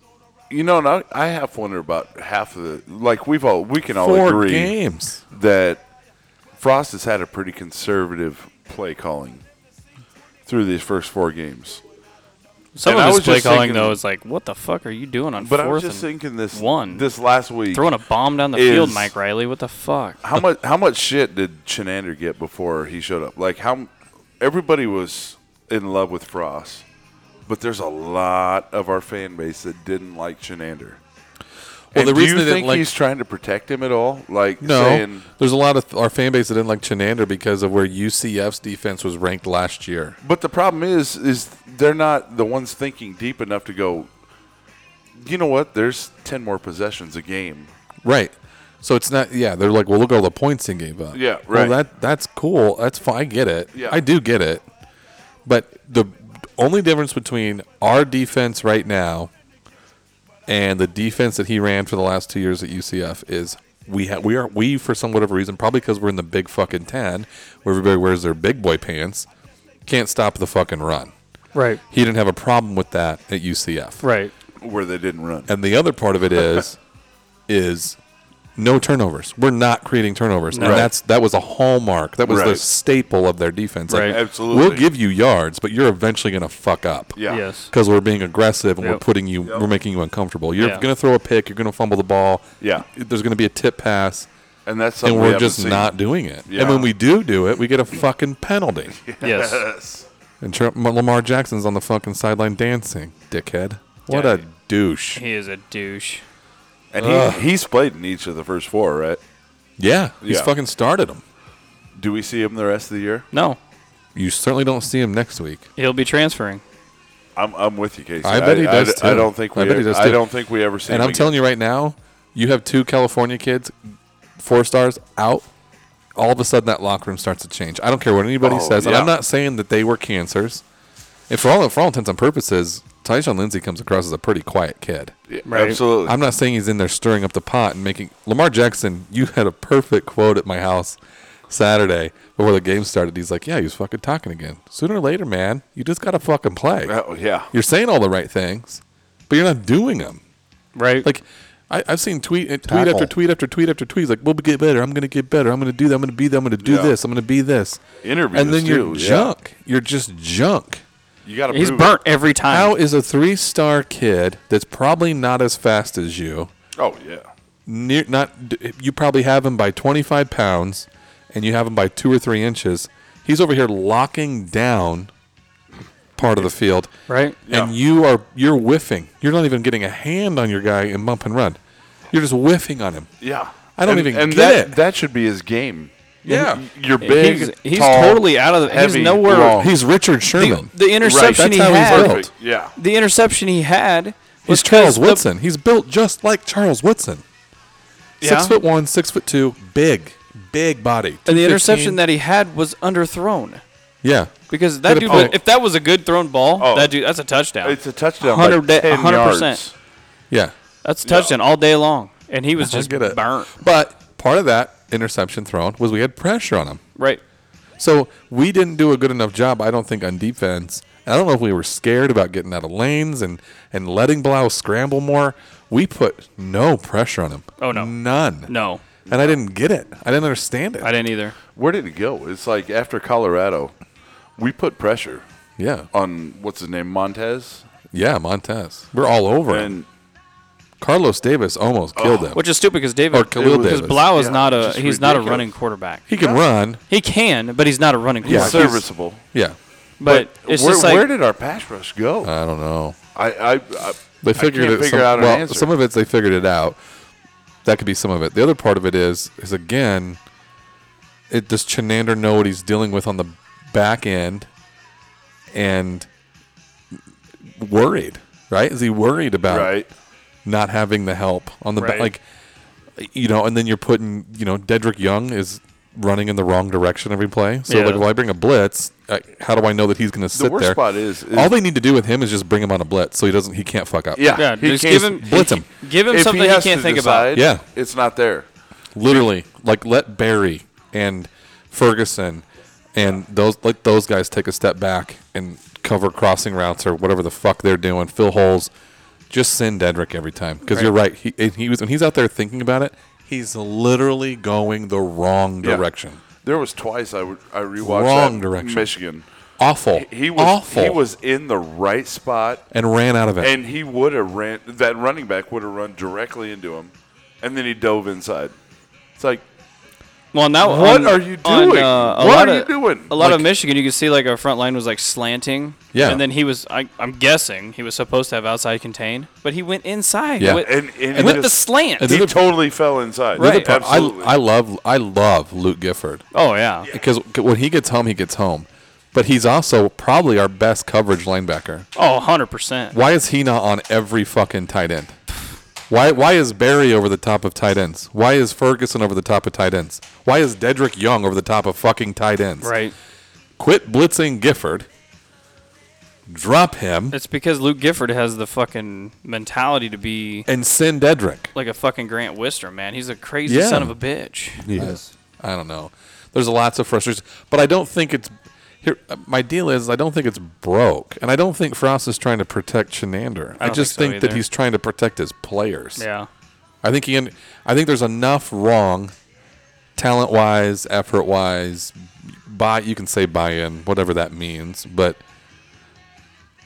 You know, and I, I half wonder about half of the like we've all we can all
Four
agree
games.
that Frost has had a pretty conservative play calling through these first four games.
Some
And I
of
was
his play
just
calling
thinking-
though is like, what the fuck are you doing on
But I was
fourth
just
and
thinking this
one
this last week.
throwing a bomb down the
is-
field, Mike Riley? What the fuck?
how much how much shit did Chenander get before he showed up? Like how everybody was in love with Frost, but there's a lot of our fan base that didn't like Chenander.
Well,
Well,
the
the
reason
do
they
you
didn't
think
like-
he's trying to protect him at all? Like
No,
saying,
there's a lot of our fan base that didn't like Chenander because of where UCF's defense was ranked last year.
But the problem is, is they're not the ones thinking deep enough to go. You know what? There's ten more possessions a game.
Right. So it's not. Yeah, they're like, well, look at all the points he gave up.
Yeah,
Well,
right.
that that's cool. That's fine. I get it.
Yeah.
I do get it. But the only difference between our defense right now and the defense that he ran for the last two years at UCF is we ha- we are we for some whatever reason probably because we're in the big fucking ten where everybody wears their big boy pants can't stop the fucking run.
Right.
He didn't have a problem with that at UCF.
Right.
Where they didn't run.
And the other part of it is is no turnovers. We're not creating turnovers.
Right.
And that's that was a hallmark. That was the
Right.
staple of their defense.
Right.
Absolutely.
We'll give you yards, but you're eventually going to fuck up.
Yeah.
Yes.
Cuz we're being aggressive and we're
Yep.
putting you we're making you uncomfortable. You're
Yeah.
going to throw a pick, you're going to fumble the ball.
Yeah.
There's going to be a tip pass.
And that's something
And
we
we're
haven't
just
seen.
not doing it.
Yeah.
And when we do do it, we get a fucking penalty.
Yes.
Yes.
And Tr- Lamar Jackson's on the fucking sideline dancing, dickhead. What
Yeah.
a douche.
He is a douche.
And he, he's played in each of the first four, right?
Yeah, he's
Yeah.
fucking started him.
Do we see him the rest of the year?
No,
You certainly don't see him next week.
he'll be transferring.
I'm, I'm with you, Casey.
I bet he does,
I,
too.
don't think we. e-
I bet he does,
I
too.
don't think we ever see.
and
him
I'm telling you right now, you have two California kids, four stars out. All of a sudden, that locker room starts to change. I don't care what anybody
Oh,
says, and
yeah.
I'm not saying that they were cancers. And for all for all intents and purposes, Tyshawn Lindsey comes across as a pretty quiet kid.
you,
Right.
absolutely.
I'm not saying he's in there stirring up the pot and making Lamar Jackson. You had a perfect quote at my house Saturday before the game started. He's like, "Yeah, he was fucking talking again. Sooner or later, man, you just gotta fucking play.
Oh, yeah.
You're saying all the right things, but you're not doing them.
Right.
Like I, I've seen tweet and tweet
Tackle.
after tweet after tweet after tweet. He's like, "We'll get better. I'm gonna get better. I'm gonna do that. I'm gonna be that. I'm gonna do
Yeah.
this. I'm gonna be this."
Interviews
and then you're
too, yeah.
junk. You're just junk.
You got to.
he's burnt every time.
How is a three-star kid that's probably not as fast as you?
Oh yeah.
near not d- you probably have him by 25 pounds and you have him by two or three inches he's over here locking down part of the field
Right.
and you are you're whiffing you're not even getting a hand on your guy in bump and run you're just whiffing on him
Yeah.
I don't
and,
even
and
get
that,
it.
That should be his game.
Yeah.
You're big.
He's- he's
tall,
totally out of the- he's
heavy,
nowhere-
long.
he's richard sherman
Oh. The interception
That's
he
how he's
had.
built.
Perfect, Yeah.
The interception he had. was
he's
'cause
charles
the-
woodson he's built just like charles woodson
Yeah.
six foot one six foot two big big body
and the
215.
interception that he had was underthrown
yeah
because that
Good
dude.
point.
would- if that was a good thrown ball,
Oh.
that dude. That's a touchdown.
It's a touchdown.
100
by
da-
10
100%.
yards.
yeah
that's a touchdown all day long, and he was
I
just
get it.
burnt.
But part of that interception thrown was we had pressure on him.
Right.
So we didn't do a good enough job, I don't think, on defense. And I don't know if we were scared about getting out of lanes and, and letting Blau scramble more. We put no pressure on him.
Oh, no.
None.
No,
And I didn't get it. I didn't understand it.
I didn't either.
Where did it go? It's like after Colorado, we put pressure
yeah.
on what's his name Montez
Yeah, Montez. We're all over him.
and
Carlos Davis almost killed him.
Which is stupid because David
Or Khalil
because
Davis.
Blau is
Yeah,
not a
just
he's not a
ridiculous.
running quarterback.
he can run.
He can, but he's not a running
he's
Yeah,
quarterback.
serviceable.
Yeah.
but it's
where,
just like
where did our pass rush go?
I don't know.
Uh, I, I, I
They figured
I can't
it
figure
some,
out an
well,
answer.
some of it's they figured it out. That could be some of it. The other part of it is is again, it does Chenander know what he's dealing with on the back end, and worried, right? Is he worried about
right.
not having the help on the back?
Right.
Like, you know, and then you're putting, you know, Dedrick Young is running in the wrong direction every play. So
Yeah.
like, well, I bring a blitz. uh, How do I know that he's going to sit
The worst
there?
spot is, is
All they need to do with him is just bring him on a blitz, so he doesn't, he can't fuck up.
yeah,
yeah,
he
just
can't-
give him
blitz him.
give him
if
something he,
has
can't
to
think
decide,
Yeah.
it's not there.
Literally, like let Barry and Ferguson and those let those guys take a step back and cover crossing routes or whatever the fuck they're doing, fill holes. Just send Dedrick every time because you're right. He and he was when he's out there thinking about it, he's literally going the wrong
Yeah.
direction.
There was twice I would I rewatched
Wrong
that
direction.
Michigan.
Awful.
He was
awful.
he was in the right spot
and ran out of it.
and he would have ran that running back would have run directly into him and then he dove inside. It's like
about. Well, now
What
on-
are you
on,
doing?
uh, a
What
lot
are you
of-
doing?
A lot of
Like-
Michigan, you could see like our front line was like slanting.
Yeah.
and then he was. I, I'm guessing he was supposed to have outside contain, but he went inside.
Yeah.
with,
and and,
with the
just-
slant.
and
he
Another-
totally fell inside.
The other
Right.
part- I,
Absolutely.
I love I love Luke Gifford.
oh yeah.
because when he gets home, he gets home. But he's also probably our best coverage linebacker.
Oh, 100 percent.
Why is he not on every fucking tight end? Why why is Barry over the top of tight ends? Why is Ferguson over the top of tight ends? Why is Dedrick Young over the top of fucking tight ends?
Right.
Quit blitzing Gifford. Drop him
It's because Luke Gifford has the fucking mentality to be
and send Dedrick.
like a fucking Grant Wister, man. He's a crazy
Yeah.
son of a bitch.
Yes.
I don't know. There's lots of frustration, but I don't think it's here. My deal is I don't think it's broke, and I don't think Frost is trying to protect Shenander. I,
don't
just
think so
think, that
either.
he's trying to protect his players.
Yeah.
I think he. un- I think there's enough wrong, talent wise, effort wise, buy. You can say buy in, whatever that means, but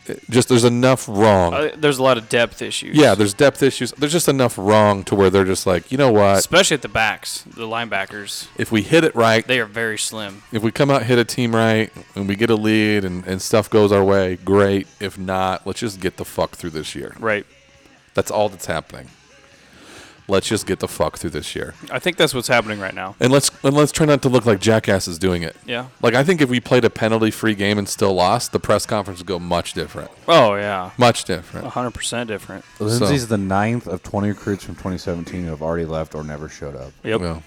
it- just there's enough wrong.
Uh, there's a lot of depth issues.
yeah, there's depth issues. There's just enough wrong to where they're just like, you know what?
especially at the backs, the linebackers.
If we hit it right,
They are very slim.
if we come out hit a team right and we get a lead and, and stuff goes our way great if not let's just get the fuck through this year
Right.
that's all that's happening Let's just get the fuck through this year,
I think that's what's happening right now.
and let's and let's try not to look like jackasses doing it.
Yeah.
Like I think if we played a penalty-free game and still lost, the press conference would go much different.
Oh yeah,
Much different.
hundred percent different.
Lindsey's
Lindsey's the ninth of 20 recruits from 2017 who have already left or never showed up.
Yep.
Yeah.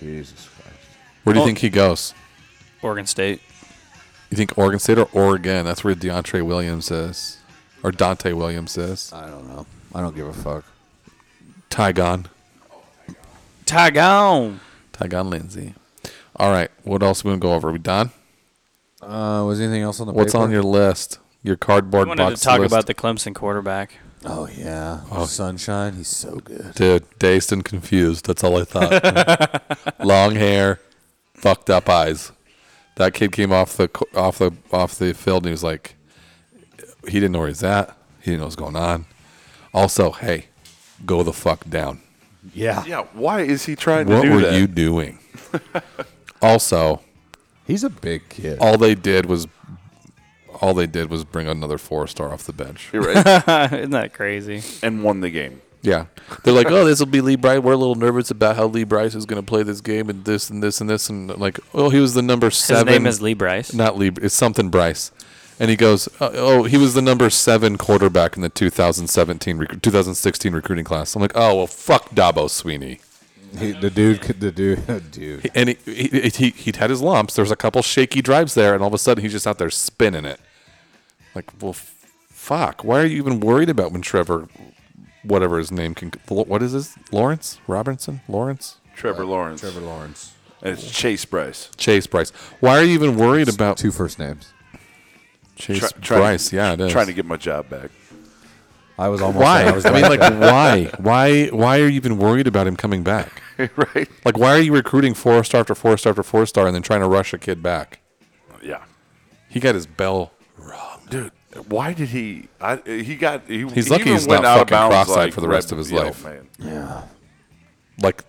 Jesus Christ.
Where do you
Well-
think he goes?
Oregon State.
You think Oregon State or Oregon? That's where DeAndre Williams is, or Dante Williams is.
I don't know. I don't give a fuck.
Tygon,
Tygon.
Tygon Lindsay. All right. What else we gonna go over? we done?
Uh, was anything else on the
What's
paper?
on your list? Your
I
cardboard
wanted
box
to talk
list?
about the Clemson quarterback.
Oh yeah, sunshine. He's so good.
Dude, dazed and confused. That's all I thought. Long hair, fucked up eyes. That kid came off the co- off the off the field and he was like, he didn't know where he's at. He didn't know what's going on. Also, hey, go the fuck down.
Yeah,
Yeah, why is he trying
What
to do
were
that?
you doing? also,
he's a big kid.
all they did was all they did was bring another four star off the bench.
You're right.
Isn't that crazy?
and won the game.
Yeah. They're like, oh, this will be Lee Bryce. We're a little nervous about how Lee Bryce is going to play this game and this and this and this. And like, oh, he was the number
His
seven.
name is Lee Bryce.
Not Lee. It's something Bryce. And he goes, oh, oh, he was the number seven quarterback in the 2017, rec- 2016 recruiting class. I'm like, oh, well, fuck Dabo Sweeney.
He, the dude, could- the dude, dude.
And he, he, he, he'd had his lumps. There was a couple shaky drives there, and all of a sudden he's just out there spinning it. Like, well, f- fuck. Why are you even worried about when Trevor, whatever his name can, what is his? Lawrence? Robinson? Lawrence?
Trevor Lawrence.
Trevor Lawrence.
And it's Chase Bryce.
Chase Bryce. Why are you even worried about
Two first names.
Chase
Try- trying-
Bryce? yeah, it is.
Trying to get my job back.
I was almost.
why?
I, was
I mean,
right
like,
there.
why? Why? Why are you even worried about him coming back?
right?
Like, why are you recruiting four star after four star after four star and then trying to rush a kid back?
Yeah.
He got his bell rung.
Oh, Dude, why did he? I, he got. He,
He's
he
lucky
even
he's
went
not
out of
fucking
bounds,
cross-eyed
like,
for the rest
red-
of his
yo,
life.
Man.
Like,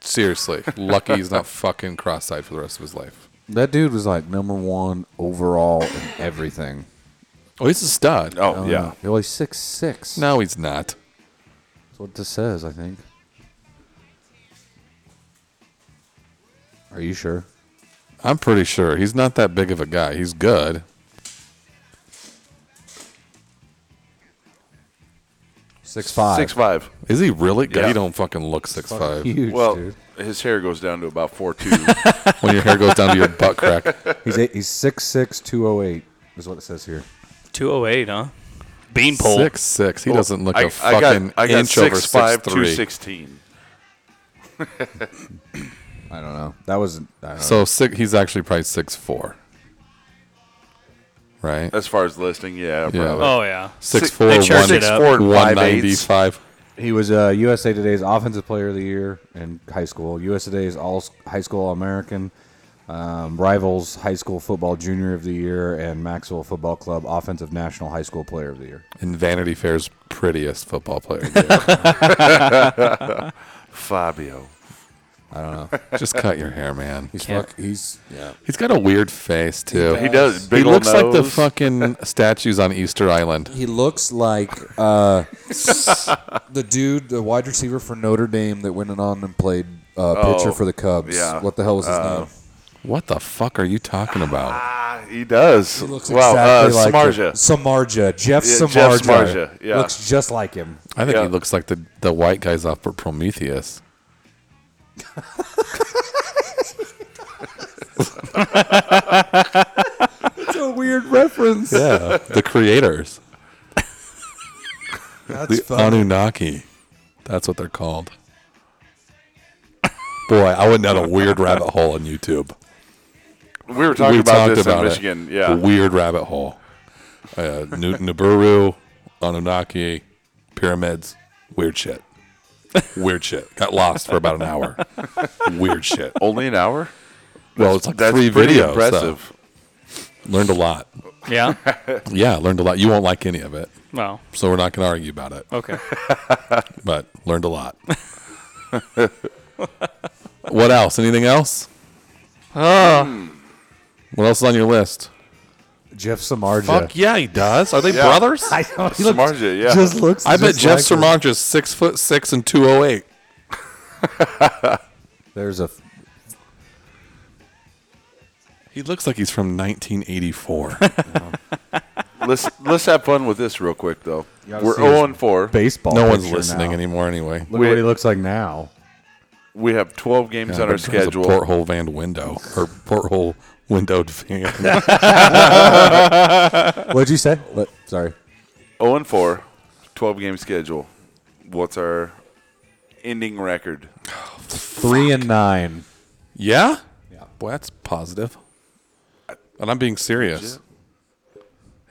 seriously, lucky he's not fucking cross-eyed for the rest of his life.
that dude was like number one overall in everything.
Oh, he's a stud.
Oh, yeah.
He was six six.
No, he's not.
That's what this says, I think. Are you sure?
I'm pretty sure he's not that big of a guy. He's good.
Six five.
Six five.
Is he really? good?
Yeah.
He don't fucking look six five.
Huge
Well,
dude.
his hair goes down to about four two.
When your hair goes down to your butt crack.
He's eight, he's six six two oh eight is what it says here.
Two oh eight, huh? Beanpole.
Six six. He doesn't look
I,
a
I
fucking
got, I got
inch
six,
over
five,
six three.
216.
I don't know. That was I don't know.
So six. He's actually probably six four. Right.
As far as listing, yeah,
Yeah.
probably.
Oh yeah.
Six
Uh, six-
four
they
one
charged it up.
Four and
one
five
ninety
eighths.
five.
he was uh, USA Today's Offensive Player of the Year in high school. USA Today's All High School American, um, Rivals High School Football Junior of the Year, and Maxwell Football Club Offensive National High School Player of the Year.
And Vanity Fair's prettiest football player. of the
Fabio.
year. Just cut your hair, man.
He's
Can't-
fuck, he's yeah.
He's got a weird face too.
He does. Big
he
ol'
looks like the
nose.
fucking statues on Easter Island.
He looks like uh, the dude, the wide receiver for Notre Dame that went on and played uh, pitcher
Oh,
for the Cubs.
yeah. Uh,
What the hell was his name?
What the fuck are you talking about?
Ah, he does.
He looks
wow,
exactly
uh,
like
Samarja.
him. Samarja. Jeff
Yeah,
Samarja.
Jeff Samarja, yeah.
Looks just like him.
I think
Yeah.
he looks like the, the white guys off for Prometheus.
It's a weird reference.
Yeah, the creators,
That's
the Anunnaki. That's what they're called. Boy, I went down a weird rabbit hole on YouTube.
We were talking
we
about
talked
this
about
in
it.
Michigan. Yeah.
The weird rabbit hole. Uh, Nu- Nibiru, Anunnaki, pyramids, weird shit. Weird shit. Got lost for about an hour. Weird shit.
Only an hour?
Well, it's like
That's
three
pretty
videos.
impressive.
so learned a lot.
Yeah.
Yeah, learned a lot. You won't like any of it,
Well.
so we're not going to argue about it.
Okay.
But learned a lot. what else? Anything else? What else is on your list?
Jeff Samarja.
Fuck yeah, he does. Are they
Yeah.
brothers?
I know, he looks-
Samardzija, yeah.
Just looks.
I bet
just
Jeff
like him.
Sermont is six foot six and two oh eight.
There's a.
He looks like he's from 1984.
let's let's have fun with this real quick though.
gotta
We're
see his-
0 and 4.
Baseball.
no one's
picture
listening
now.
anymore anyway.
Look
We-
what he looks like now.
We have 12
Yeah,
games on our
but there's a
schedule.
porthole van window or porthole windowed van.
What'd you say? What? Sorry.
0 and 4, 12 game schedule. What's our ending record?
Three and nine.
yeah?
Yeah.
Boy, that's positive. And I'm being serious.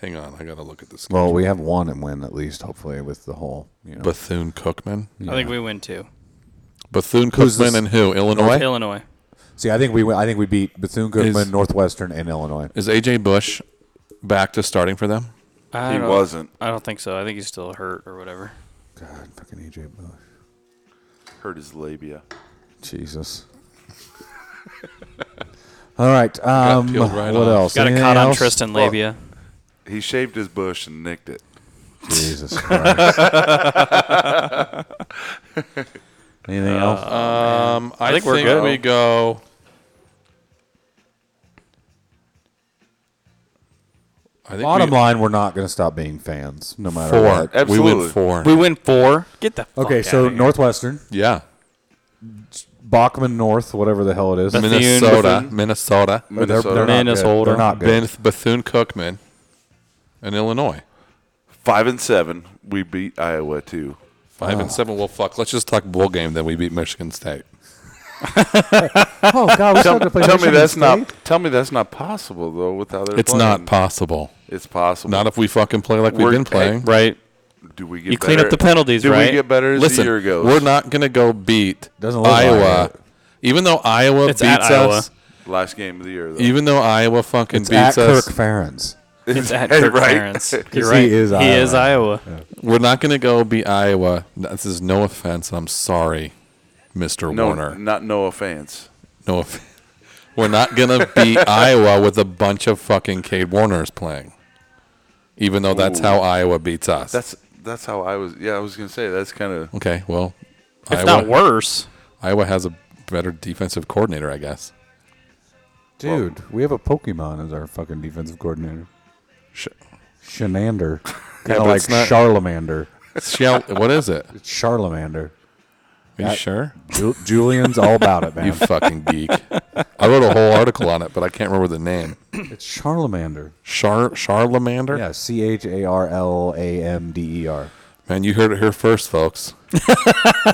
Hang on, I gotta look at this.
Well, we have one and win at least, hopefully, with the whole. You know.
Bethune Cookman.
I think we win too.
Bethune
Who's this?
Cookman and who? Illinois?
Illinois.
see, I think we win- I think we beat Bethune
Is-
Cookman, Northwestern, and Illinois.
Is AJ Bush back to starting for them?
I
He
don't-
wasn't
I don't think so. I think he's still hurt or whatever.
God, fucking EJ Bush.
hurt his labia.
Jesus. All right. Um,
peeled right
what
off.
else?
Got a
Anything
caught on
else?
Tristan Labia.
He shaved his bush and nicked it.
Jesus Christ. Anything else?
Um, I,
think
think,
we're good.
we go. I think
Bottom
we,
line, we're not going to stop being fans, no matter
four.
what.
We
Absolutely.
went four.
We win four. Get the fuck
Okay,
outta
so
here.
Northwestern,
yeah,
Bachman North, whatever the hell it is.
Bethune,
Minnesota,
Bethune.
Minnesota,
They're-
Minnesota.
they're not good.
Minnesota.
They're not good.
Benth, Bethune Cookman, and Illinois.
5 and 7. We beat Iowa too.
Five and seven. Well, fuck. Let's just talk bowl game. Then we beat Michigan State.
Oh God, we're still
Tell,
going to play.
tell me
Michigan
that's
State?
not tell me that's not possible though with how they're
It's
playing.
not possible.
It's possible.
Not if we fucking play like
We're-
we've been playing.
hey,
Right.
do we get
You clean up
better-
the penalties,
do
right?
we get better as the
Listen,
year goes?
we're not gonna go beat
Doesn't look like
Iowa,
it.
even though Iowa
It's at
beats
Iowa.
us.
Last game of the year though.
Even though Iowa fucking
It's
beats
at
us,
Kirk Ferentz.
It's at
Hey,
Kirk
right.
Ferentz.
He
You're right.
is
he
Iowa.
is Iowa.
We're not going to go beat Iowa. This is no offense. I'm sorry, Mr.
no,
Warner.
not no offense.
No offense. We're not going to beat Iowa with a bunch of fucking Cade Warners playing, even though that's
Ooh.
how Iowa beats us.
That's that's how I was. Yeah, I was gonna say that's kind of
okay, well,
If
Iowa,
not worse.
Iowa has a better defensive coordinator, I guess.
Dude, we have a Pokemon as our fucking defensive coordinator.
Sh-
Shenander.
Yeah,
Kind
but
of like
it's not-
Charlamander.
Shall, what is it?
It's Charlamander.
Are you sure?
Ju- Julian's all about it,
You
man.
fucking geek. I wrote a whole article on it, but I can't remember the name.
It's Charlamander.
Char Charlamander?
Yeah, C H A R L A M D E R.
Man, you heard it here first, folks.
We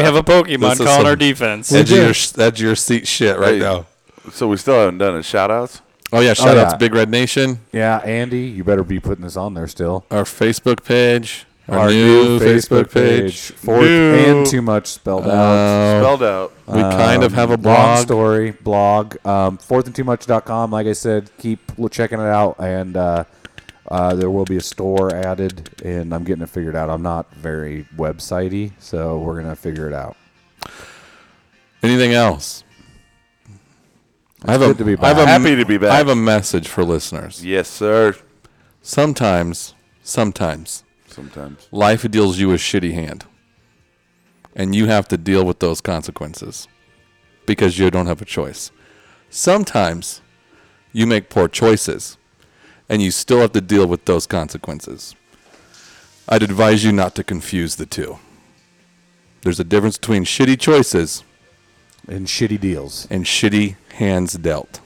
have a Pokemon
This is
calling
some-
our defense.
Edge of,
did.
your, edge of your seat shit right
Hey.
now.
so we still haven't done it. Shout outs.
Oh yeah, shout out
yeah.
to Big Red Nation,
Yeah, Andy, you better be putting this on there still.
our Facebook page, our, new, Facebook, page.
Fourth
New. Uh,
and too much spelled out.
Spelled out.
We kind of have a
Um, Long
blog.
story blog. Um, fourth and too much.com. Like I said, keep l- checking it out, and uh, uh, there will be a store added, and I'm getting it figured out. I'm not very websitey, so we're gonna figure it out.
Anything else? I have a,
good to be
I have
back.
a-
Happy to be back.
I have a message for listeners.
yes, sir.
Sometimes, sometimes
Sometimes.
life deals you a shitty hand, and you have to deal with those consequences because you don't have a choice. Sometimes you make poor choices, and you still have to deal with those consequences. I'd advise you not to confuse the two. There's a difference between shitty choices
And shitty deals.
and shitty hands dealt.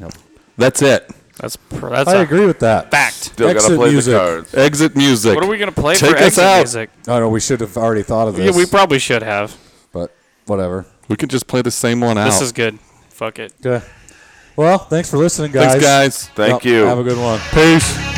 Yep.
That's it.
That's pr- that's
I
a
agree with that.
fact.
Still gotta
Exit
play
music.
the cards.
Exit music.
What are we gonna play
Take
for
us
exit
out.
music?
I know we should have already thought of this,
Yeah, we probably should have.
but whatever.
We could just play the same one out.
This is good. Fuck it.
Okay. Well, thanks for listening, guys.
Thanks, guys.
Thank
Yep,
you.
Have a good one.
Peace.